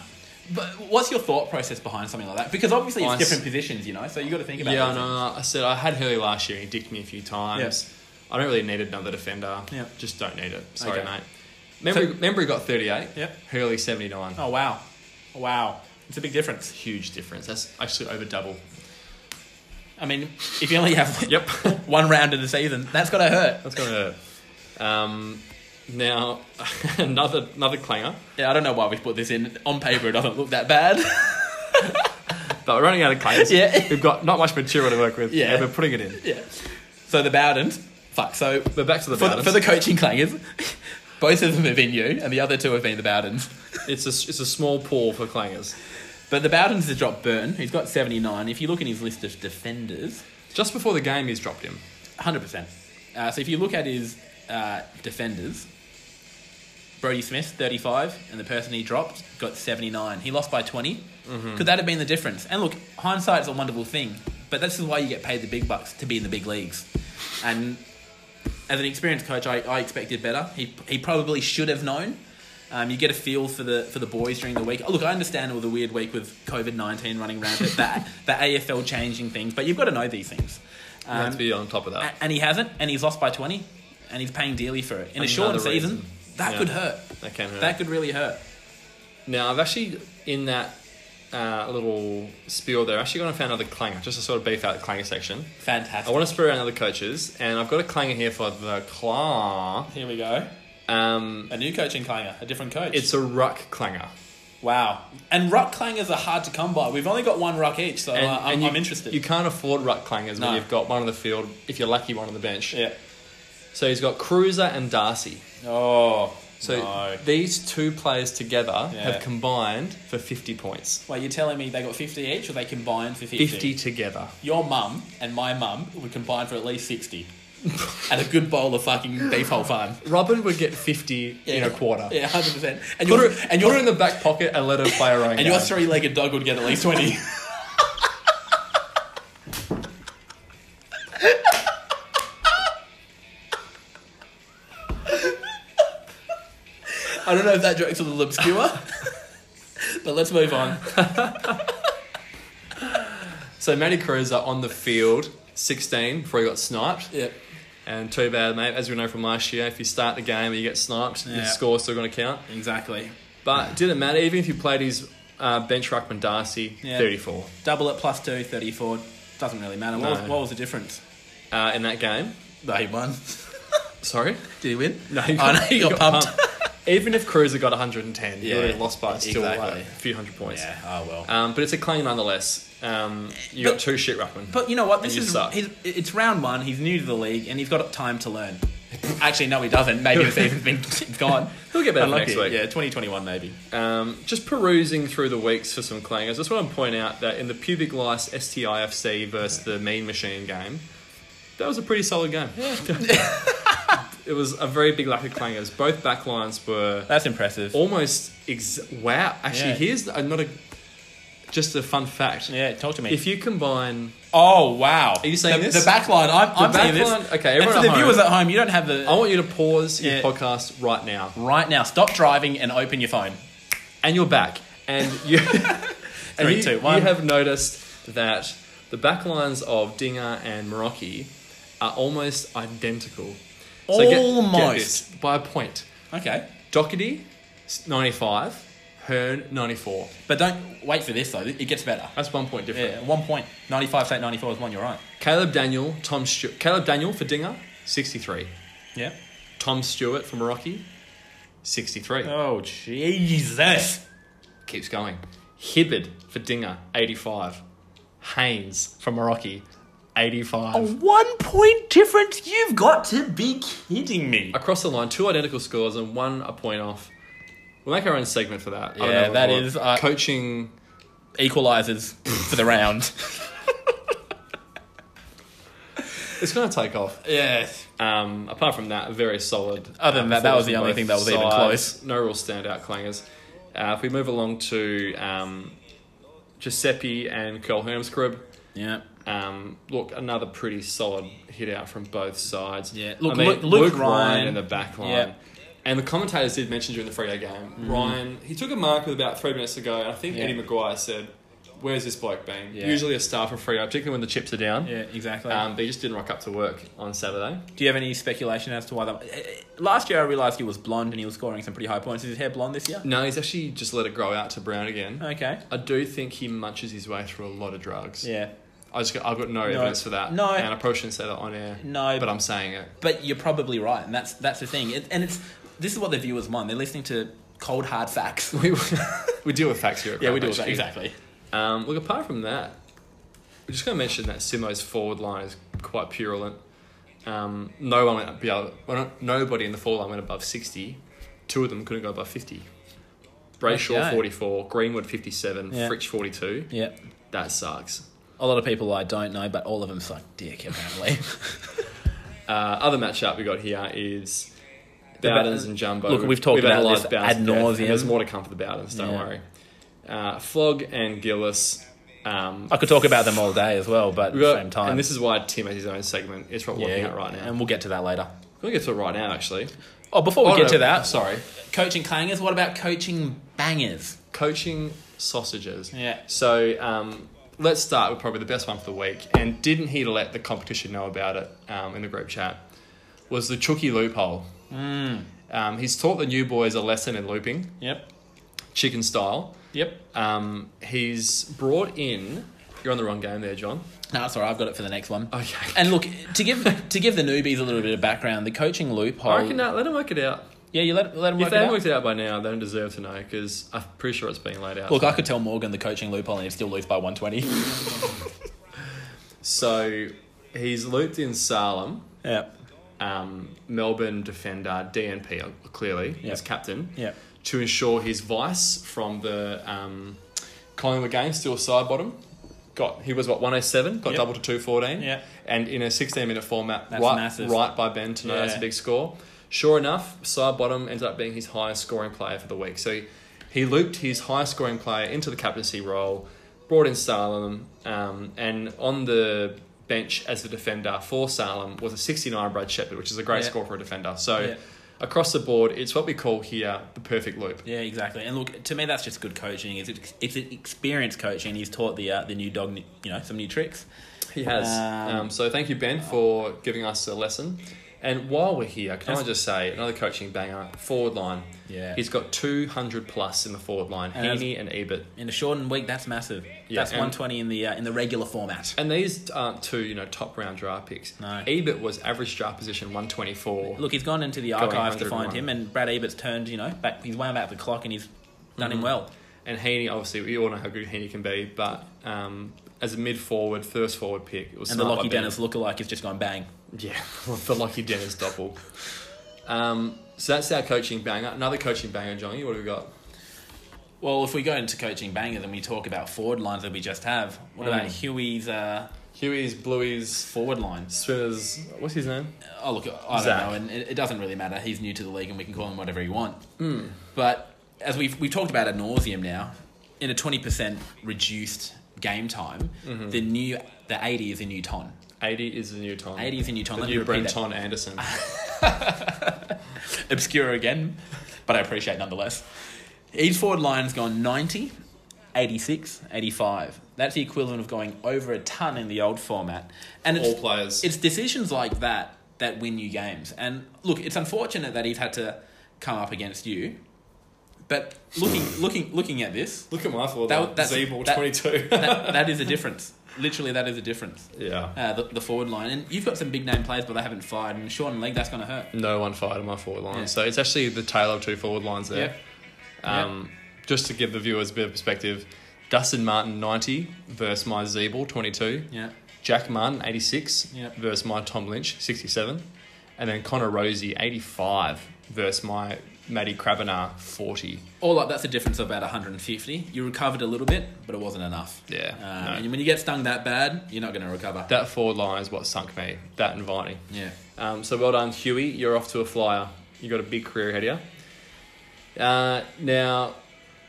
A: But what's your thought process behind something like that? Because obviously it's
B: I s-
A: different positions, you know. So you got to think about.
B: yeah,
A: those
B: no,
A: things.
B: I said I had Hurley last year. He dicked me a few times. I don't really need another defender.
A: Yeah.
B: Just don't need it. Sorry,
A: Okay.
B: mate. Membry, Membry got 38.
A: Yep.
B: Hurley 79.
A: Oh wow, wow, it's a big difference.
B: Huge difference. That's actually over double.
A: I mean, if you only have
B: Yep.
A: one round in the season, that's gotta hurt.
B: That's gonna hurt. Um, now another another clanger,
A: Yeah, I don't know why we put this in. On paper, it doesn't look that bad.
B: but we're running out of clangers.
A: Yeah.
B: We've got not much material to work with.
A: Yeah.
B: and we're putting it in.
A: yeah. So the Bowdens, fuck. So
B: But back to the
A: for,
B: Bowdens.
A: for the coaching clangers, both of them have been you, and the other two have been the Bowdens.
B: it's a it's a small paw for clangers.
A: But the Bowdens have dropped Burn. He's got 79. If you look in his list of defenders,
B: Just before the game, he's dropped him.
A: 100%. Uh, so if you look at his uh, defenders, Brody Smith, 35, and the person he dropped got 79. He lost by 20. Could that have been the difference? And look, hindsight's a wonderful thing, but this is why you get paid the big bucks to be in the big leagues. And as an experienced coach, I, I expected better. He, he probably should have known. Um, you get a feel for the for the boys during the week. Oh, look, I understand all the weird week with COVID nineteen running rampant, that the AFL changing things, but you've got to know these things.
B: You have
A: Um,
B: to be on top of that.
A: a- and he hasn't, and he's lost by 20, and he's paying dearly for it. In a
B: Another
A: shortened season,
B: reason.
A: that
B: Yeah.
A: could hurt.
B: That can hurt.
A: That could really hurt.
B: Now, I've actually, in that uh, little spiel there, I've actually gone and found another clanger, just to sort of beef out the clanger section. I
A: Fantastic.
B: want to spur around other coaches, and I've got a clanger here for the claw.
A: Here we go.
B: Um,
A: A new coaching clanger, a different coach.
B: it's a ruck clanger.
A: wow. And ruck clangers are hard to come by. We've only got one ruck each, so
B: And-
A: uh, I'm,
B: and you-
A: I'm interested.
B: You can't afford ruck clangers
A: No.
B: when you've got one on the field, if you're lucky, one on the bench.
A: yeah.
B: So he's got Cruiser and Darcy.
A: Oh.
B: So
A: no.
B: these two players together
A: Yeah.
B: have combined for 50 points.
A: Wait, you're telling me they got 50 each, or they combined for 50?
B: 50 together.
A: Your mum and my mum would combine for at least 60. and a good bowl of fucking beef whole farm.
B: Robin would get 50 in a quarter.
A: Yeah, 100%. And
B: Put
A: you're,
B: her,
A: and
B: and
A: you're,
B: put her in the back pocket and let her play her own
A: And
B: game.
A: your three legged dog would get at least 20. I don't know if that joke's a little obscure, but let's move on.
B: So Matty Cruiser on the field, 16, before he got sniped.
A: Yeah.
B: And too bad, mate. As we know from last year, if you start the game and you get sniped,
A: Yeah.
B: the score's still going to count.
A: Exactly.
B: But it didn't matter. Even if you played his uh, bench ruckman Darcy,
A: Yeah.
B: 34
A: Double at plus two, 34. Doesn't really matter. What, was,
B: No.
A: what was the difference?
B: uh, in that game.
A: No, he won.
B: Sorry?
A: Did he win?
B: No,
A: he got, oh, no, he got, pumped.
B: even if Cruiser got 110, he
A: Yeah.
B: would have lost by still
A: Exactly.
B: like, a few hundred points.
A: Yeah, oh well.
B: Um, but it's a claim nonetheless. Um, you
A: But-
B: got two shit ruckmen.
A: But you know what? This
B: you
A: is
B: suck.
A: he's, it's round one. He's new to the league, and he's got time to learn. Actually, no, he doesn't. Maybe the season's been gone.
B: He'll get better for next week.
A: Yeah, twenty twenty one maybe.
B: Um, just perusing through the weeks for some clangers, I just want to point out that in the pubic lice STIFC versus the Mean Machine game, that was a pretty solid game. it was a very big lack of clangers. Both backlines were
A: That's impressive.
B: almost ex- wow. Actually,
A: Yeah.
B: here's the- uh, not a Just a fun fact.
A: Yeah, talk to me.
B: If you combine,
A: oh wow, are
B: you saying
A: the,
B: this?
A: The back line. I'm, I'm
B: The
A: saying
B: back
A: this.
B: line- okay,
A: And
B: everyone
A: for
B: at
A: the
B: home. Oh.
A: viewers at home, you don't have the
B: I want you to pause your
A: Yeah.
B: podcast right now,
A: right now. Stop driving and open your phone.
B: and you're back, and you, and
A: Three,
B: you,
A: two,
B: you
A: one.
B: have noticed that the back lines of Dinger and Meraki are almost identical.
A: Almost.
B: this, by a point.
A: Okay,
B: Doherty, ninety five. Hearn, ninety four.
A: but don't wait for this though. It gets better.
B: That's one point different.
A: Yeah, one point ninety five to ninety four is one. You're right.
B: Caleb Daniel, Tom Stewart. Caleb Daniel for Dinger, 63.
A: Yeah.
B: Tom Stewart for Meraki, 63.
A: Oh Jesus!
B: Keeps going. Hibbard for Dinger, 85. Haynes for Meraki, 85.
A: one point difference. You've got to be kidding me.
B: Across the line, two identical scores and one a point off. We'll make our own segment for that. I don't
A: Yeah,
B: know what
A: that
B: we'll call
A: is,
B: it.
A: uh,
B: coaching.
A: Equalizers for the round.
B: It's going to take off.
A: yeah.
B: Um, apart from that, very solid. um,
A: Other than that, that was the only thing that was even close.
B: No real standout clangers. Uh, if we move along to um, Giuseppe and Curl Hermscrib,
A: Yeah.
B: um, look, another pretty solid hit out from both sides.
A: Yeah. Look,
B: I mean,
A: Luke- Luke Ryan-
B: in the back line.
A: Yeah.
B: And the commentators did mention during the Freo game, Ryan, he took a mark with about three minutes to go, and I think
A: Yeah.
B: Eddie Maguire said, Where's this bloke been?
A: Yeah.
B: Usually a star for Freo, particularly when the chips are down.
A: Yeah. Exactly.
B: Um, but he just didn't rock up to work on Saturday.
A: Do you have any speculation as to why that? eh, eh, Last year, I realized he was blonde and he was scoring some pretty high points. Is his hair blonde this year?
B: No, he's actually just let it grow out to brown again.
A: Okay.
B: I do think he munches his way through a lot of drugs.
A: Yeah.
B: I just got, I've got no, evidence for that.
A: No.
B: and I probably shouldn't say that on air.
A: No.
B: but I'm saying it.
A: But you're probably right, and that's that's the thing. It, and it's this is what the viewers want. They're listening to cold hard facts.
B: We, we deal with facts here. At Crime HQ.
A: exactly.
B: Um, look, apart from that, we're just going to mention that Simo's forward line is quite purulent. Um, no one went be able, well, not, nobody in the forward line went above sixty. Two of them couldn't go above fifty. Brayshaw
A: Okay.
B: forty four, Greenwood fifty seven,
A: Yeah.
B: Fritch forty two.
A: Yeah.
B: That sucks.
A: A lot of people I don't know, but all of them suck dick apparently.
B: Uh, other matchup we got here is
A: The Bow-
B: Bowdens and Jumbo.
A: Look, we've talked about
B: analysed
A: this ad
B: Bowden's death, and
A: nauseam.
B: There's more to come for the Bowdens, don't
A: Yeah.
B: worry. Uh, Flog and Gillis. Um,
A: I could talk about them all day as well, but at
B: we
A: the
B: got-
A: same time,
B: And this is why Tim has his own segment. It's what we're looking at right now.
A: and we'll get to that later.
B: We're going to get to it right now, actually.
A: Oh, before we
B: Oh,
A: get
B: no,
A: to that,
B: Sorry.
A: coaching clangers. What about coaching bangers?
B: Coaching sausages.
A: Yeah.
B: So um, let's start with probably the best one for the week. And didn't he let the competition know about it um, in the group chat? Was the Chookie loophole.
A: Mm.
B: Um, he's taught the new boys a lesson in looping,
A: Yep.
B: chicken style.
A: Yep.
B: Um, he's brought in. You're on the wrong game there, John.
A: No, that's all right. I've got it for the next one.
B: Okay.
A: And look, to give to give the newbies a little bit of background, the coaching loophole.
B: I reckon that, let him work it out.
A: yeah, you let, let them uh, work
B: If they
A: it
B: haven't
A: out.
B: worked it out by now, they don't deserve to know because I'm pretty sure it's being laid out.
A: Look, I could tell Morgan the coaching loophole and he'd still lose by 120.
B: So he's looped in Salem,
A: yeah.
B: um, Melbourne defender, DNP, uh, clearly,
A: Yeah.
B: as captain,
A: Yeah.
B: to ensure his vice from the um, Collingwood game, still side bottom. Got he was what 107, got
A: Yep.
B: double to 214,
A: Yeah.
B: and in a 16 minute format,
A: That's
B: right,
A: massive.
B: right by Ben to know that's a
A: Yeah.
B: big score. Sure enough, side bottom ended up being his highest scoring player for the week. So he, he looped his highest scoring player into the captaincy role, brought in Salem, um, and on the bench as the defender for Salem was a 69 Brad Shepherd, which is a great
A: Yeah.
B: score for a defender. So
A: Yeah.
B: across the board, it's what we call here the perfect loop.
A: Yeah, exactly. And look, to me, that's just good coaching. It's, it's experienced coaching. He's taught the uh, the new dog, you know, some new tricks.
B: He has. Um,
A: Um,
B: so thank you, Ben, for giving us a lesson. And while we're here, can I
A: Yes.
B: just say another coaching banger, forward line.
A: Yeah.
B: He's got 200 plus in the forward line,
A: And
B: Heaney and Ebert.
A: In a shortened week, that's massive.
B: Yeah,
A: that's
B: and-
A: 120 in the uh, in the regular format.
B: And these aren't two, you know, top round draft picks.
A: No.
B: Ebert was average draft position 124.
A: Look, he's gone into the archives to
B: 101.
A: find him, and Brad Ebert's turned, you know, back. He's wound back the clock, and he's done him well.
B: And Heaney, obviously, we all know how good Heaney can be, but um, as a mid forward, first forward pick, it was
A: And the
B: smart by
A: Lockie
B: Ben.
A: Dennis lookalike has just gone bang.
B: Yeah, the lucky Dennis double. Um, so that's our coaching banger. Another coaching banger, Johnny. What have we got?
A: Well, if we go into coaching banger, then we talk about forward lines that we just have. What about
B: Mm.
A: Huey's uh,
B: Huey's, Bluey's,
A: forward lines?
B: Swimmers. What's his name?
A: Oh, look, I don't
B: Zach.
A: know, and it, it doesn't really matter. He's Mm. new to the league, and we can call him whatever he want. But as we've, we've talked about ad nauseum now, in a twenty percent reduced game time, the new the eighty is a new ton.
B: 80 is the new Tom.
A: 80 is the new Tom.
B: The
A: Let me
B: new
A: repeat
B: Brent
A: that.
B: Ton Anderson.
A: obscure again, but I appreciate nonetheless. Each forward line's gone 90, 86, 85. That's the equivalent of going over a ton in the old format. And
B: All
A: it's,
B: players.
A: it's decisions like that that win you games. And look, it's unfortunate that he's had to come up against you. But looking, looking, looking at this,
B: Look at my forward
A: That-
B: line.
A: that's-
B: Zeeble,
A: that-
B: 22.
A: that, that is a difference. Literally, that is a difference.
B: yeah.
A: Uh, the, the forward line, and you've got some big name players, but they haven't fired. And Sean Legg, that's going to hurt.
B: No one fired on my forward line.
A: Yeah.
B: So it's actually the tail of two forward lines there.
A: Yeah.
B: Um, Just to give the viewers a bit of perspective, Dustin Martin 90 versus my Zeeble 22,
A: Yeah,
B: Jack Martin 86
A: Yep.
B: versus my Tom Lynch 67, and then Connor Rosie 85 versus my Matty Krabenar 40.
A: all up, that's a difference of about 150. You recovered a little bit, but it wasn't enough.
B: Yeah,
A: Uh,
B: no.
A: And when you get stung that bad, you're not going to recover.
B: That forward line is what sunk me. That inviting.
A: yeah.
B: Um, so well done, Huey. You're off to a flyer. You got a big career ahead of you. Uh, now,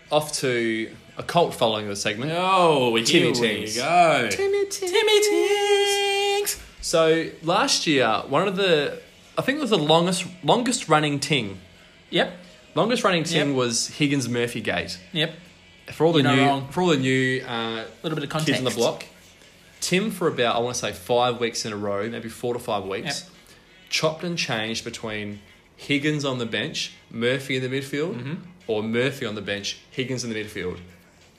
B: off to a cult following of the segment.
A: Oh, we
B: Timmy
A: here
B: Tinks.
A: we go.
B: Timmy
A: Timmy Tinks.
B: So last year, one of the I think it was the longest longest running ting.
A: Yep.
B: Longest running ting
A: Yep.
B: was Higgins Murphy Gate.
A: Yep.
B: For all the
A: You're not
B: new
A: wrong.
B: for all the new uh,
A: A little bit of context.
B: kids in the block, Tim for about I want to say five weeks in a row, maybe four to five weeks,
A: Yep.
B: chopped and changed between Higgins on the bench, Murphy in the midfield,
A: Mm-hmm.
B: or Murphy on the bench, Higgins in the midfield.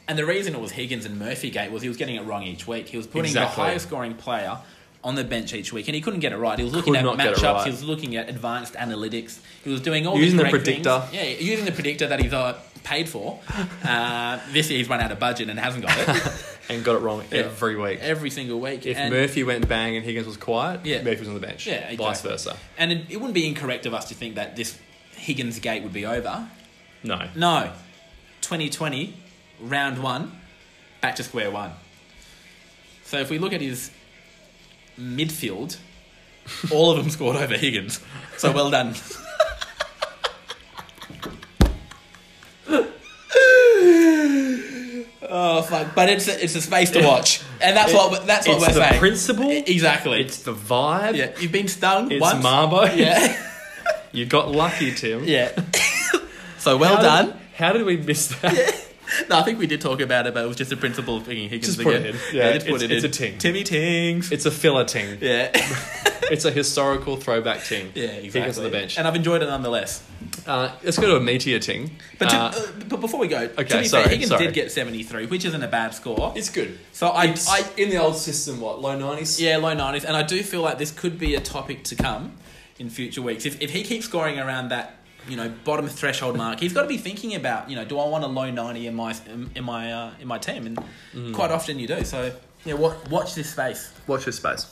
A: And the reason it was Higgins and Murphy Gate was he was getting it wrong each week. He was putting
B: Exactly.
A: the highest scoring player on the bench each week, and he couldn't get it right. He was looking
B: Could
A: at
B: not get it
A: matchups.
B: right.
A: He was looking at advanced analytics. He was doing all
B: Using the
A: the, correct
B: predictor.
A: Things. Yeah, using the predictor that he's uh, paid for. Uh, this year he's run out of budget and hasn't got it
B: And got it wrong
A: Yeah.
B: every week.
A: every single week.
B: If
A: and,
B: Murphy went bang and Higgins was quiet,
A: Yeah.
B: Murphy was on the bench.
A: Yeah,
B: Vice
A: exactly.
B: versa.
A: and it, it wouldn't be incorrect of us to think that this Higgins Gate would be over.
B: No.
A: No, 2020 round one, back to square one. So if we look at his midfield, all of them scored over Higgins. So well done. oh fuck! But it's a, it's a space to watch, and that's what that's what
B: it's
A: we're
B: the
A: saying.
B: principle.
A: exactly.
B: It's the vibe.
A: yeah, you've been stung
B: It's
A: once.
B: Marbo.
A: yeah,
B: You got lucky, Tim.
A: yeah. so well
B: How
A: done.
B: Did, how did we miss that?
A: No, I think we did talk about it, but it was just a principle of picking Higgins
B: Just put
A: again.
B: it in. Yeah,
A: just put
B: it's-
A: it
B: it's
A: in.
B: a ting.
A: Timmy Tings.
B: It's a filler ting.
A: yeah,
B: It's a historical throwback ting.
A: yeah, exactly.
B: Higgins on the bench.
A: and I've enjoyed it nonetheless.
B: Uh, let's go to a meteor ting.
A: But to,
B: Uh,
A: uh, but before we go, to be fair,
B: sorry,
A: Higgins
B: sorry.
A: did get seventy three, which isn't a bad score.
B: it's good.
A: So I,
B: It's-
A: I,
B: in the old system, what low nineties?
A: yeah, low nineties, and I do feel like this could be a topic to come in future weeks. If if he keeps scoring around that. You know, bottom threshold mark. He's got to be thinking about. You know, do I want a low ninety in my in my uh, in my team? And quite often you do. So Mm. yeah, wa- watch this space.
B: Watch this space.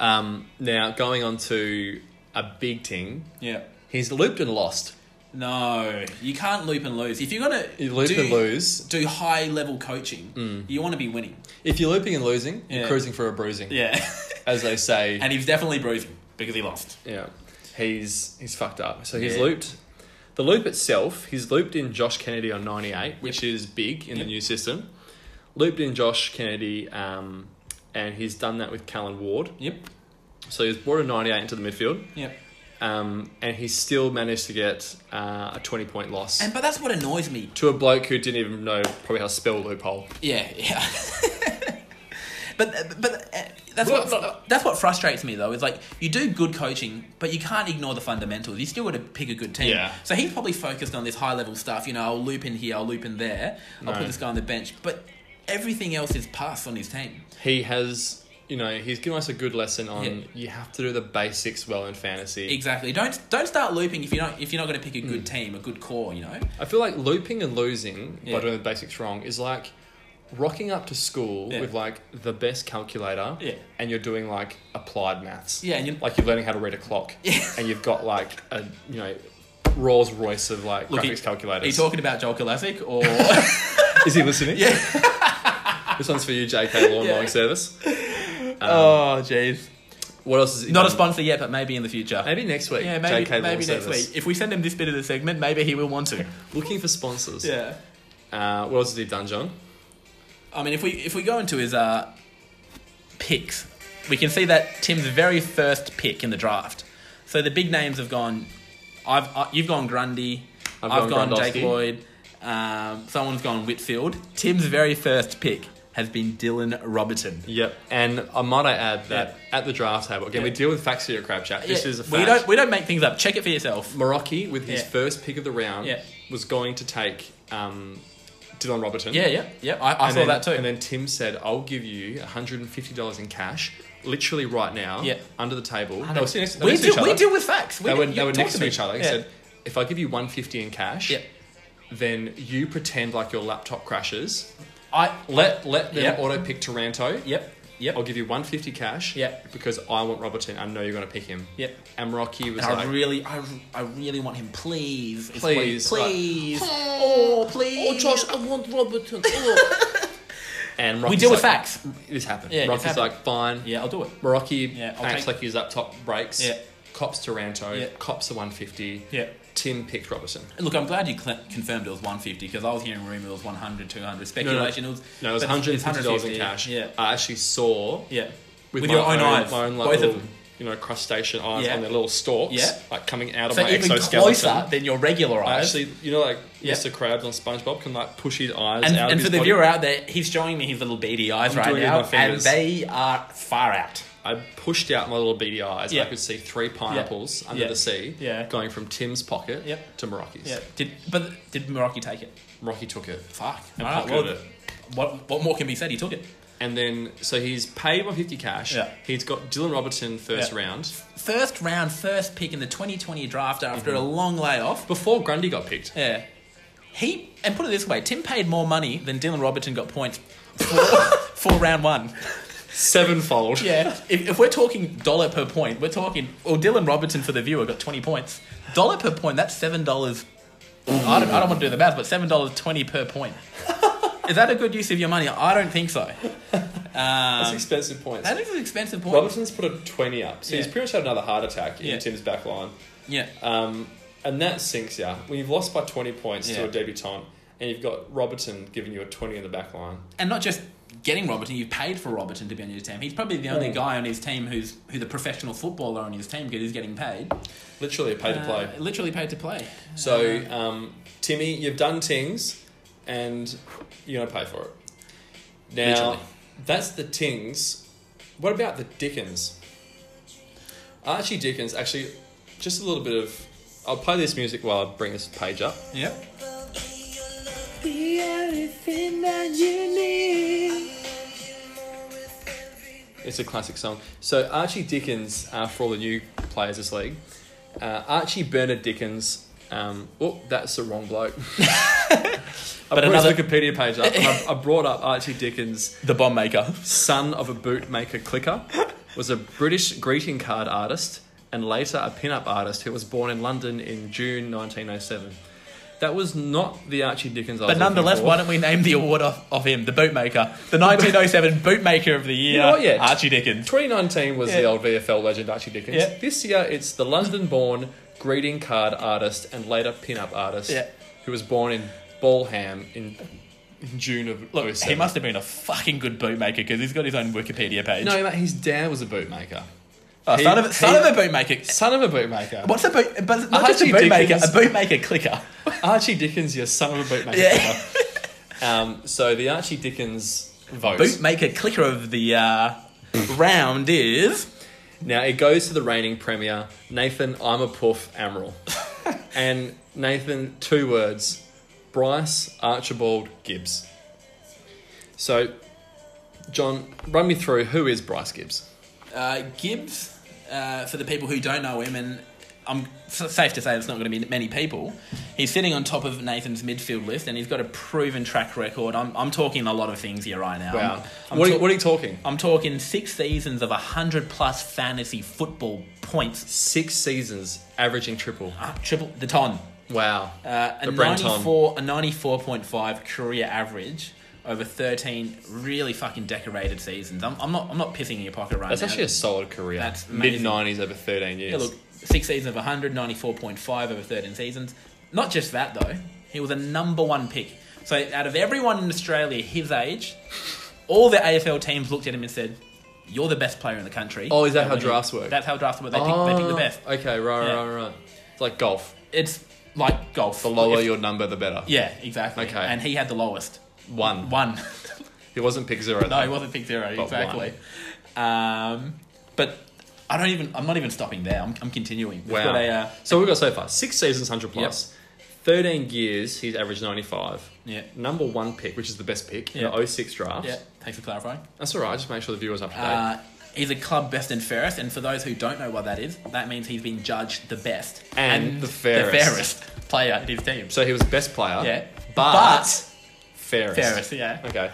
B: Um, now going on to a big ting.
A: Yeah.
B: He's looped and lost.
A: No, you can't loop and lose. If you're gonna
B: You loop
A: do,
B: and lose.
A: do high level coaching, you want to be winning.
B: If you're looping and losing, you're
A: Yeah.
B: cruising for a bruising,
A: Yeah,
B: as they say.
A: and he's definitely bruising because he lost.
B: Yeah, he's he's fucked up. So he's
A: Yeah.
B: looped. The loop itself, he's looped in Josh Kennedy on ninety eight, which is big in
A: Yep.
B: the new system. Looped in Josh Kennedy, um, and he's done that with Callan Ward.
A: Yep,
B: So he's brought a ninety eight into the midfield,
A: yep.
B: um, and he still managed to get uh, a twenty point loss
A: And but that's what annoys me.
B: to a bloke who didn't even know probably how to spell loophole.
A: Yeah, yeah. but but uh, that's
B: Well,
A: what
B: no, no.
A: that's what frustrates me though. Is like you do good coaching, but you can't ignore the fundamentals. You still got to pick a good team.
B: Yeah.
A: So he's probably focused on this high level stuff. You know, I'll loop in here, I'll loop in there, I'll
B: No.
A: put this guy on the bench, but. Everything else is passed on his team.
B: He has. You know, he's given us a good lesson on
A: Yeah.
B: you have to do the basics well in fantasy.
A: Exactly. Don't don't start looping if you're not if you're not going to pick a good team, a good core. You know.
B: I feel like looping and losing
A: Yeah.
B: by doing the basics wrong is like rocking up to school
A: Yeah.
B: with like the best calculator
A: Yeah.
B: and you're doing like applied maths.
A: Yeah, and you-
B: like you're learning how to read a clock and you've got like a you know Rolls Royce of like
A: Look, he- Are
B: graphics
A: you
B: calculators.
A: talking about Joel Kalasic or
B: is he listening?
A: Yeah.
B: this one's for you, JK Lawn
A: Yeah.
B: Mowing Service.
A: oh jeez,
B: What else is he
A: not a
B: done?
A: sponsor yet, but maybe in the future.
B: Maybe next week.
A: Yeah, maybe
B: JK Lawn
A: maybe next
B: Service.
A: week. If we send him this bit of the segment, maybe he will want to.
B: Looking for sponsors.
A: yeah.
B: Uh, what else has he done, John?
A: I mean, if we if we go into his uh, picks, we can see that Tim's very first pick in the draft. So the big names have gone. I've uh, you've gone Grundy.
B: I've
A: I've,
B: gone
A: gone, Jake
B: Grandowski.
A: Lloyd. Um, someone's gone Whitfield. Tim's very first pick has been Dylan Robertson.
B: Yep. And I might I add that
A: Yep.
B: at the draft table, again, we
A: Yep.
B: deal with facts here at Crab Chat. This
A: Yeah,
B: is a fact.
A: we don't we don't make things up. Check it for yourself.
B: Morocco, with his
A: Yeah.
B: first pick of the round,
A: Yeah.
B: was going to take um, Dylan Robertson.
A: Yeah, yeah, yeah. I, I
B: And
A: saw
B: then-
A: that too.
B: And then Tim said, I'll give you $150 in cash, literally right now,
A: Yeah.
B: under the table.
A: I
B: They
A: know.
B: were sitting next, they were
A: we
B: next to each
A: do we
B: other.
A: deal with facts. We
B: They
A: do-
B: were,
A: you
B: they were
A: talk
B: next to
A: me.
B: each other. He
A: Yeah.
B: said, if I give you 150 in cash,
A: Yeah.
B: then you pretend like your laptop crashes.
A: I
B: Let, let them
A: Yep.
B: auto pick Taranto.
A: Yep. Yep.
B: I'll give you 150 cash
A: Yep.
B: because I want Robertson. I know you're going to pick him.
A: Yep.
B: And Rocky was
A: And I
B: like,
A: really, I, I really want him, please. It's what-
B: Please, like-
A: please. oh, please.
B: I want Robertson. Oh. and
A: we
B: Rocky's
A: deal with
B: like,
A: facts.
B: This happened.
A: Yeah, it
B: Rocky's
A: happened.
B: like, fine.
A: Yeah, I'll do it.
B: Morocco
A: Yeah, I'll
B: acts
A: take-
B: like his laptop breaks.
A: Yeah.
B: Cops Taranto.
A: Yeah.
B: Cops a 150.
A: Yeah.
B: Tim picked Robertson.
A: Look, I'm glad you cl- confirmed it was 150 because I was hearing rumor it was 100, 200. Speculation. It was
B: No, it was
A: but it's- it's
B: 150 dollars in cash.
A: Yeah.
B: I actually saw
A: Yeah.
B: with,
A: With
B: my
A: your own eyes.
B: my own like,
A: Both of
B: little,
A: them.
B: you know, crustacean eyes
A: Yeah.
B: on their little stalks,
A: Yeah.
B: like coming out of
A: So
B: my
A: even
B: exoskeleton.
A: closer than your regular
B: I
A: eyes.
B: actually, you know, like
A: Yeah.
B: Mr. Krabs on SpongeBob can like push his eyes
A: and
B: out.
A: and
B: of
A: for
B: his
A: the
B: body.
A: viewer out there, he's showing me his little beady eyes
B: I'm
A: right
B: doing it
A: now,
B: with my
A: and
B: fingers.
A: they are far out.
B: I pushed out my little beady eyes. and I
A: Yeah.
B: could see three pineapples under
A: Yeah.
B: the sea,
A: Yeah.
B: going from Tim's pocket
A: Yep.
B: to Morocco's.
A: Did but did Meraki take it?
B: Rocky took it.
A: Fuck.
B: And
A: All right,
B: pocketed
A: Ah, well,
B: it.
A: What what more can be said? He took it.
B: And then, so he's paid my 50 cash.
A: Yeah.
B: He's got Dylan Robertson first
A: Yeah.
B: round.
A: first round, first pick in the 2020 draft after a long layoff.
B: Before Grundy got picked.
A: Yeah. He, and put it this way, Tim paid more money than Dylan Robertson got points for, for round one.
B: Sevenfold.
A: Yeah. If, if we're talking dollar per point, we're talking, well, Dylan Robertson for the viewer got 20 points. Dollar per point, that's $7. I don't, I don't want to do the math, but $7.20 per point. Is that a good use of your money? I don't think so.
B: That's expensive points.
A: That is an expensive point.
B: Um, Robertson's put a 20 up. So he's
A: Yeah.
B: pretty much had another heart attack in
A: Yeah.
B: Tim's back line.
A: yeah.
B: Um, and that sinks you. When you've lost by 20 points
A: Yeah.
B: to a debutant and you've got Robertson giving you a 20 in the back line.
A: and not just getting Robertson, you paid for Robertson to be on your team. He's probably the only
B: Mm.
A: guy on his team who's who's a professional footballer on his team because he's getting paid.
B: Literally a pay to play.
A: Uh, literally paid to play.
B: So,
A: Uh,
B: um, Timmy, you've done things, and you're gonna pay for it. Now,
A: Literally.
B: that's the tings. What about the Dickens? Archie Dickens, actually, just a little bit of. I'll play this music while I bring this page up.
A: Yep.
C: Be everything that you need.
B: It's a classic song. So Archie Dickens, uh, for all the new players this league, uh, Archie Bernard Dickens. Um, oh, that's the wrong bloke. I
A: But
B: brought
A: another-
B: his Wikipedia page up. and I, I brought up Archie Dickens.
A: The bomb maker.
B: son of a bootmaker clicker, was a British greeting card artist and later a pin-up artist who was born in London in June 1907. That was not the Archie Dickens I was
A: But nonetheless,
B: looking for.
A: why don't we name the award off of him, the bootmaker, the 1907 bootmaker of the year,
B: know what, yeah.
A: Archie Dickens.
B: 2019 was the
A: Yeah.
B: old VFL legend Archie Dickens.
A: Yeah.
B: This year it's the London-born greeting card artist and later pin-up artist
A: Yeah.
B: who was born in Balham in, in June of
A: Look, he
B: 07.
A: must have been a fucking good bootmaker because he's got his own Wikipedia page.
B: No, mate, his dad was a bootmaker.
A: Oh,
B: he-
A: son of a, son
B: he-
A: of a bootmaker.
B: Son of a bootmaker.
A: What's a boot? But not just a
B: Archie
A: bootmaker,
B: Dickens.
A: a bootmaker clicker.
B: Archie Dickens, your son of a bootmaker.
A: Yeah.
B: um, so the Archie Dickens vote.
A: Bootmaker clicker of the uh, round is.
B: Now it goes to the reigning premier, Nathan I'm a Puff Amaral. and Nathan, two words Bryce Archibald Gibbs. So, John, run me through who is Bryce Gibbs?
A: Uh, Gibbs, uh, for the people who don't know him, and I'm s- safe to say it's not going to be many people, he's sitting on top of Nathan's midfield list and he's got a proven track record. I'm, I'm talking a lot of things here right now. I'm, I'm,
B: Um, what, are, you-
A: ta-
B: what are you talking?
A: I'm talking six seasons of 100 plus fantasy football points.
B: Six seasons, averaging triple.
A: Ah, triple the ton.
B: Wow.
A: Uh, a,
B: The Brent ton.
A: 94, a 94.5 career average. Over thirteen really fucking decorated seasons. I'm, I'm not. I'm not pissing in your pocket right
B: That's
A: now.
B: actually a solid career.
A: That's
B: Mid
A: amazing.
B: 90s over 13 years.
A: Yeah, look, six seasons of 194.5 over 13 seasons. Not just that, though. He was a number one pick. So out of everyone in Australia his age, all the AFL teams looked at him and said, "You're the best player in the country."
B: Oh, is that
A: And
B: how
A: when he-
B: drafts work?
A: That's how drafts work. They pick, they pick the best.
B: Oh, Okay, right,
A: Yeah.
B: right, right. It's like golf.
A: It's like golf.
B: The lower
A: If-
B: your number, the better.
A: yeah, exactly.
B: Okay.
A: and he had the lowest
B: One.
A: one.
B: He wasn't pick zero.
A: No,
B: though.
A: he wasn't pick zero.
B: But
A: exactly. Um, but I don't even. I'm not even stopping there. I'm, I'm continuing. We've
B: Wow.
A: got a, uh,
B: so we've got so far six seasons, hundred plus. Thirteen years, he's averaged ninety five.
A: yeah.
B: Number one pick, which is the best pick
A: Yeah.
B: in the 06 draft.
A: Yeah. Thanks for clarifying.
B: That's all right. Just make sure the viewers up to date.
A: Uh, he's a club best and fairest, and for those who don't know what that is, that means he's been judged the best
B: And the fairest.
A: fairest player in his team.
B: so he was best player.
A: yeah,
B: but,
A: But-
B: fairest.
A: fairest, yeah, Uh,
B: Okay.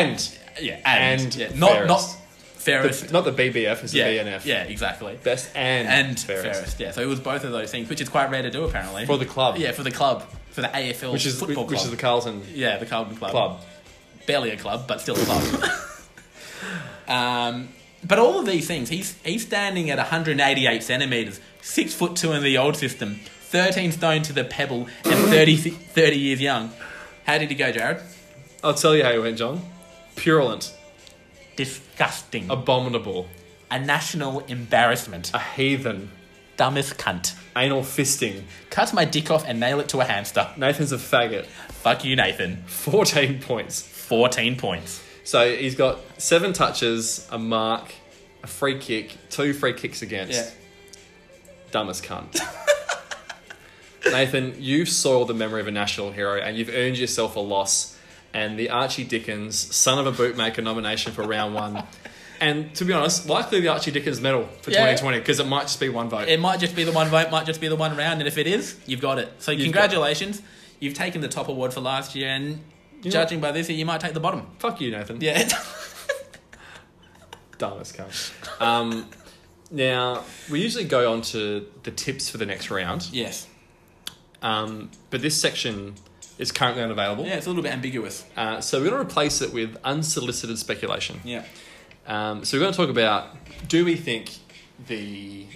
B: and
A: yeah, and,
B: and
A: yeah, not not
B: fairest.
A: fairest,
B: the, not the BBF, it's
A: yeah,
B: the BNF.
A: yeah, exactly,
B: Best and,
A: and fairest.
B: fairest.
A: yeah. So it was both of those things, which is quite rare to do apparently
B: For the club.
A: Yeah, for the club, for the AFL,
B: Which is
A: football
B: which
A: club.
B: is the Carlton
A: yeah, the Carlton club.
B: club.
A: barely a club, but still a club. um, but all of these things, he's he's standing at 188 centimeters, six foot two in the old system, 13 stone to the pebble, and 30, 30 years young. How did he go, Jared?
B: I'll tell you how he went, John. Purulent,
A: Disgusting. A,
B: abominable,
A: national embarrassment.
B: a heathen,
A: Dumbest cunt.
B: anal fisting.
A: Cut my dick off and nail it to a hamster.
B: Nathan's a faggot.
A: Fuck you, Nathan.
B: 14 points.
A: 14 points.
B: So he's got seven touches, a mark, a free kick, two free kicks against. Dumbest cunt. Nathan, you soiled the memory of a national hero and you've earned yourself a loss and the Archie Dickens Son of a Bootmaker nomination for round one. And to be honest, likely the Archie Dickens medal for
A: Yeah.
B: 2020 because it might just be one vote.
A: It might just be the one vote, might just be the one round, and if it is, you've got it. So
B: You've got it.
A: congratulations, you've taken the top award for last year, and
B: You know
A: judging by this, you might take the bottom.
B: Fuck you, Nathan.
A: Yeah,
B: Dumbest cunt. Um, now, we usually go on to the tips for the next round,
A: yes,
B: um, but this section is currently unavailable.
A: yeah. It's a little bit ambiguous.
B: Uh, so we're going to replace it with unsolicited speculation.
A: Yeah,
B: Um, so we're going to talk about do we think the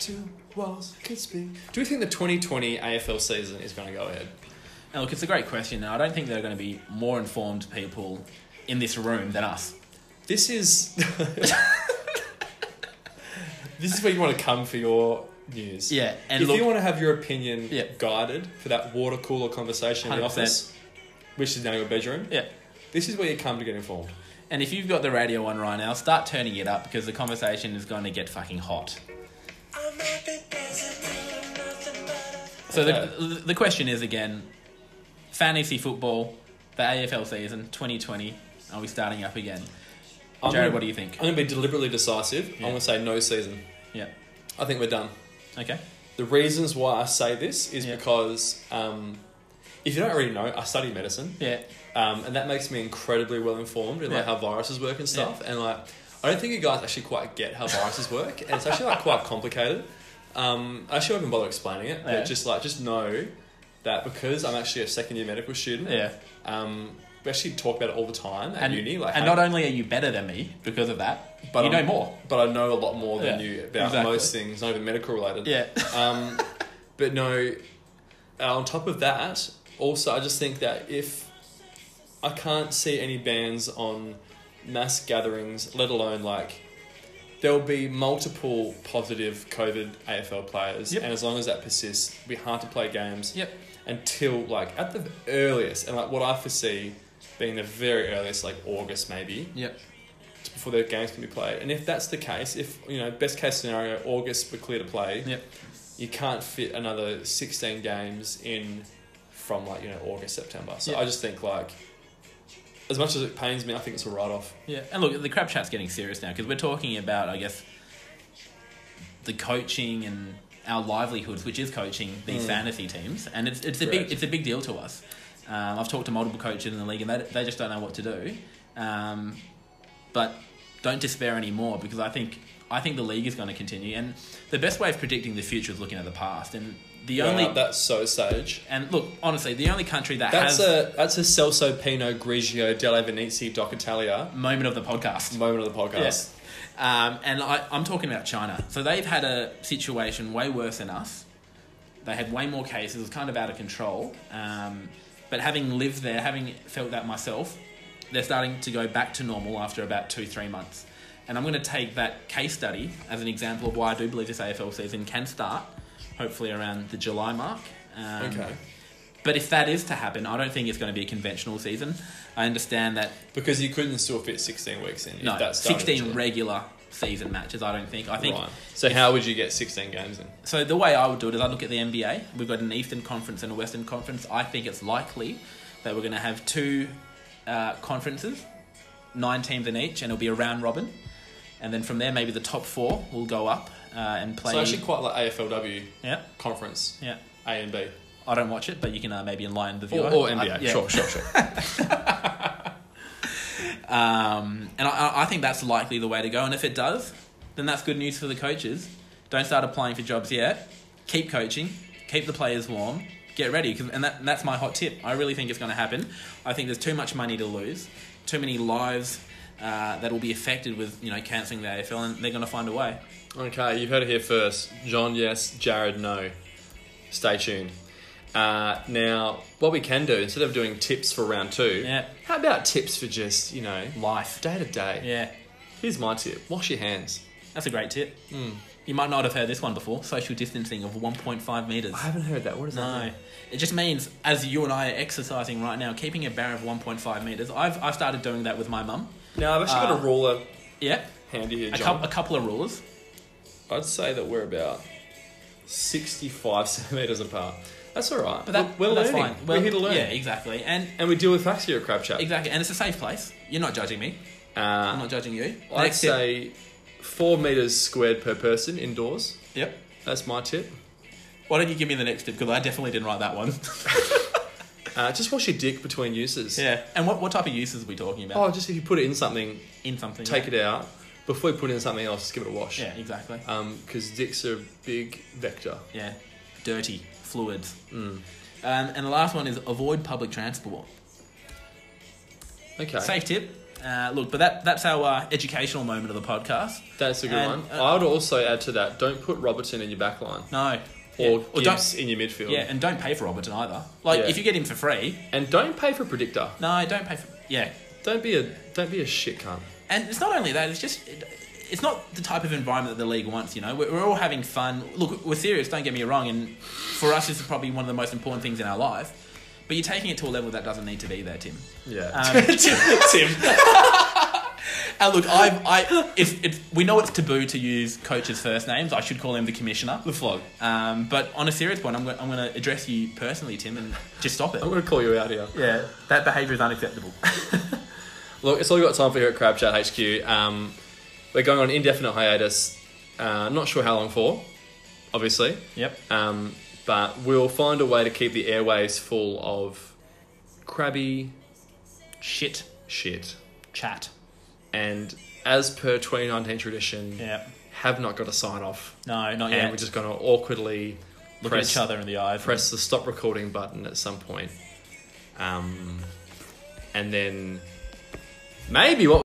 B: two walls could speak? Do we think the 2020 AFL season is going to go ahead?
A: and look, it's a great question, and I don't think there are going to be more informed people in this room than us.
B: This is this is where you want to come for your news.
A: Yeah, and
B: if
A: look,
B: you want to have your opinion
A: Yeah.
B: guided for that water cooler conversation in the
A: 100%.
B: office, which is now your bedroom,
A: yeah.
B: this is where you come to get informed.
A: And if you've got the radio on right now, start turning it up because the conversation is going to get fucking hot.
C: I'm happy 'cause I'm nothing but
A: So
B: Okay.
A: the, the question is again, fantasy football, the AFL season 2020. Are we starting up again?
B: I'm
A: Jared,
B: gonna-
A: what do you think?
B: I'm going to be deliberately decisive. I'm going to say no season.
A: Yeah.
B: I think we're done.
A: Okay.
B: The reasons why I say this is
A: Yeah.
B: because um, if you don't already know, I study medicine,
A: Yeah.
B: um, and that makes me incredibly well informed in like
A: Yeah.
B: how viruses work and stuff. And like, I don't think you guys actually quite get how viruses work, and it's actually like quite complicated. Um, I actually won't even bother explaining it, but
A: Yeah.
B: just like just know that because I'm actually a second year medical student,
A: Yeah.
B: um, we actually talk about it all the time at uni. Like,
A: and
B: how-
A: not only are you better than me because of that, but
B: But
A: you
B: I'm-
A: know more.
B: but I know a lot more than
A: Yeah,
B: you about
A: exactly.
B: most things, not even medical related.
A: Yeah.
B: Um, but no, uh, on top of that, also I just think that if I can't see any bans on mass gatherings, let alone like there'll be multiple positive COVID AFL players,
A: Yep.
B: and as long as that persists, it'll be hard to play games
A: Yep.
B: until like at the earliest, and like what I foresee being the very earliest, like August maybe
A: Yep.
B: before their games can be played. And if that's the case, if you know, best case scenario, August we're clear to play.
A: Yep.
B: You can't fit another sixteen games in from like you know August September. So
A: Yep.
B: I just think like, as much as it pains me, I think it's a write off.
A: Yeah. And look, the crap chat's getting serious now because we're talking about, I guess, the coaching and our livelihoods, which is coaching these fantasy teams, and it's it's a big
B: Correct.
A: it's a big deal to us. Um, I've talked to multiple coaches in the league, and they they just don't know what to do. Um, but don't despair anymore because I think I think the league is going to continue, and the best way of predicting the future is looking at the past. And the only
B: that's so sage.
A: and look honestly, the only country that
B: That's
A: has
B: a that's a Celso Pino Grigio Della Venizi Docatalia
A: moment of the podcast.
B: moment of the podcast.
A: Yes. Um, and I, I'm talking about China. So they've had a situation way worse than us, They had way more cases. It was kind of out of control. Um, but having lived there, having felt that myself, they're starting to go back to normal after about two, three months. And I'm going to take that case study as an example of why I do believe this AFL season can start, hopefully around the July mark. Um,
B: Okay.
A: But if that is to happen, I don't think it's going to be a conventional season. I understand that
B: Because you couldn't still fit 16 weeks in.
A: no,
B: if that started
A: 16
B: July.
A: regular season matches. I don't think. I think
B: Right. So how would you get 16 games in?
A: so. The way I would do it is I look at the NBA. We've got an Eastern Conference and a Western Conference. I think it's likely that we're going to have two uh, conferences, nine teams in each, and it'll be a round robin. And then from there, maybe the top four will go up uh, and play.
B: So actually quite like AFLW
A: yeah,
B: conference
A: yeah.
B: A and B
A: I don't watch it, but you can uh, maybe enlighten the viewer.
B: or, or
A: I-
B: NBA.
A: yeah.
B: Sure, sure, sure.
A: Um, and I, I think that's likely the way to go. And if it does, then that's good news for the coaches. Don't start applying for jobs yet. Keep coaching. Keep the players warm. Get ready. 'cause- and that, and that's my hot tip. I really think it's going to happen. I think there's too much money to lose, too many lives uh, that will be affected with you know cancelling the AFL, and they're going to find a way.
B: Okay, you've heard it here first. John, yes. Jared, no. Stay tuned. Uh, now, what we can do instead of doing tips for round two,
A: Yeah.
B: how about tips for just you know
A: Life.
B: day to day?
A: Yeah,
B: Here's my tip: wash your hands.
A: that's a great tip.
B: Hmm.
A: You might not have heard this one before. Social distancing of 1.5 meters.
B: I haven't heard that. What does that
A: No,
B: mean?
A: it just means as you and I are exercising right now, keeping a barrier of 1.5 meters. I've, I've started doing that with my mum.
B: Now I've actually got a
A: Uh,
B: ruler
A: Yeah,
B: handy here,
A: a,
B: John.
A: coup a couple of rules.
B: I'd say that we're about sixty-five centimeters apart. That's all right.
A: But that,
B: we're, we're
A: but that's
B: learning.
A: fine.
B: we're here to learn,
A: Yeah, exactly, and
B: and we deal with facts here at Crab Chat.
A: exactly, and it's a safe place. You're not judging me. I'm
B: Uh,
A: not judging you.
B: I'd
A: Next tip.
B: say four meters squared per person indoors.
A: Yep.
B: That's my tip.
A: Why don't you give me the next tip? Because I definitely didn't write that one.
B: Uh, just wash your dick between uses.
A: yeah. And what, what type of uses are we talking about?
B: Oh, just if you put it in something,
A: In something.
B: take it out. Before you put it in something else, just give it a wash.
A: Yeah, exactly.
B: Because dicks are a big vector.
A: Yeah. Dirty fluids.
B: Mm.
A: Um, and the last one is avoid public transport.
B: Okay.
A: Safe tip. Uh, look, but that, that's our uh, educational moment of the podcast.
B: That's a good
A: And,
B: one.
A: uh,
B: I would also add to that don't put Robertson in your back line
A: No.
B: or
A: yeah. or
B: Gibbs
A: don't,
B: in your midfield.
A: yeah, and don't pay for Robertson either. Like,
B: Yeah.
A: if you get him for free,
B: And don't pay for a predictor.
A: no, don't pay for. Yeah,
B: Don't be a don't be a shit cunt.
A: and it's not only that. It's just it, it's not the type of environment that the league wants. You know, we're, we're all having fun. Look, we're serious. Don't get me wrong. And for us, this is probably one of the most important things in our life. But you're taking it to a level that doesn't need to be there, Tim.
B: Yeah.
A: Um,
B: Tim.
A: and look, I, I, it's, it's, we know it's taboo to use coaches' first names. I should call him the commissioner.
B: The flog.
A: Um, but on a serious point, I'm going I'm to address you personally, Tim, and just stop it.
B: I'm going to call you out here.
A: Yeah, that behaviour is unacceptable.
B: Look, it's all we've got time for here at Crab Chat HQ. Um, we're going on indefinite hiatus. Uh, not sure how long for, obviously.
A: Yep.
B: Um, but we'll find a way to keep the airwaves full of crabby
A: Shit.
B: shit.
A: Chat.
B: And as per 2019 tradition,
A: Yeah.
B: have not got a sign off.
A: No, not
B: And
A: yet.
B: we're just going to awkwardly
A: look
B: press,
A: at each other in the eyes.
B: press the stop recording button at some point. Um, and then maybe what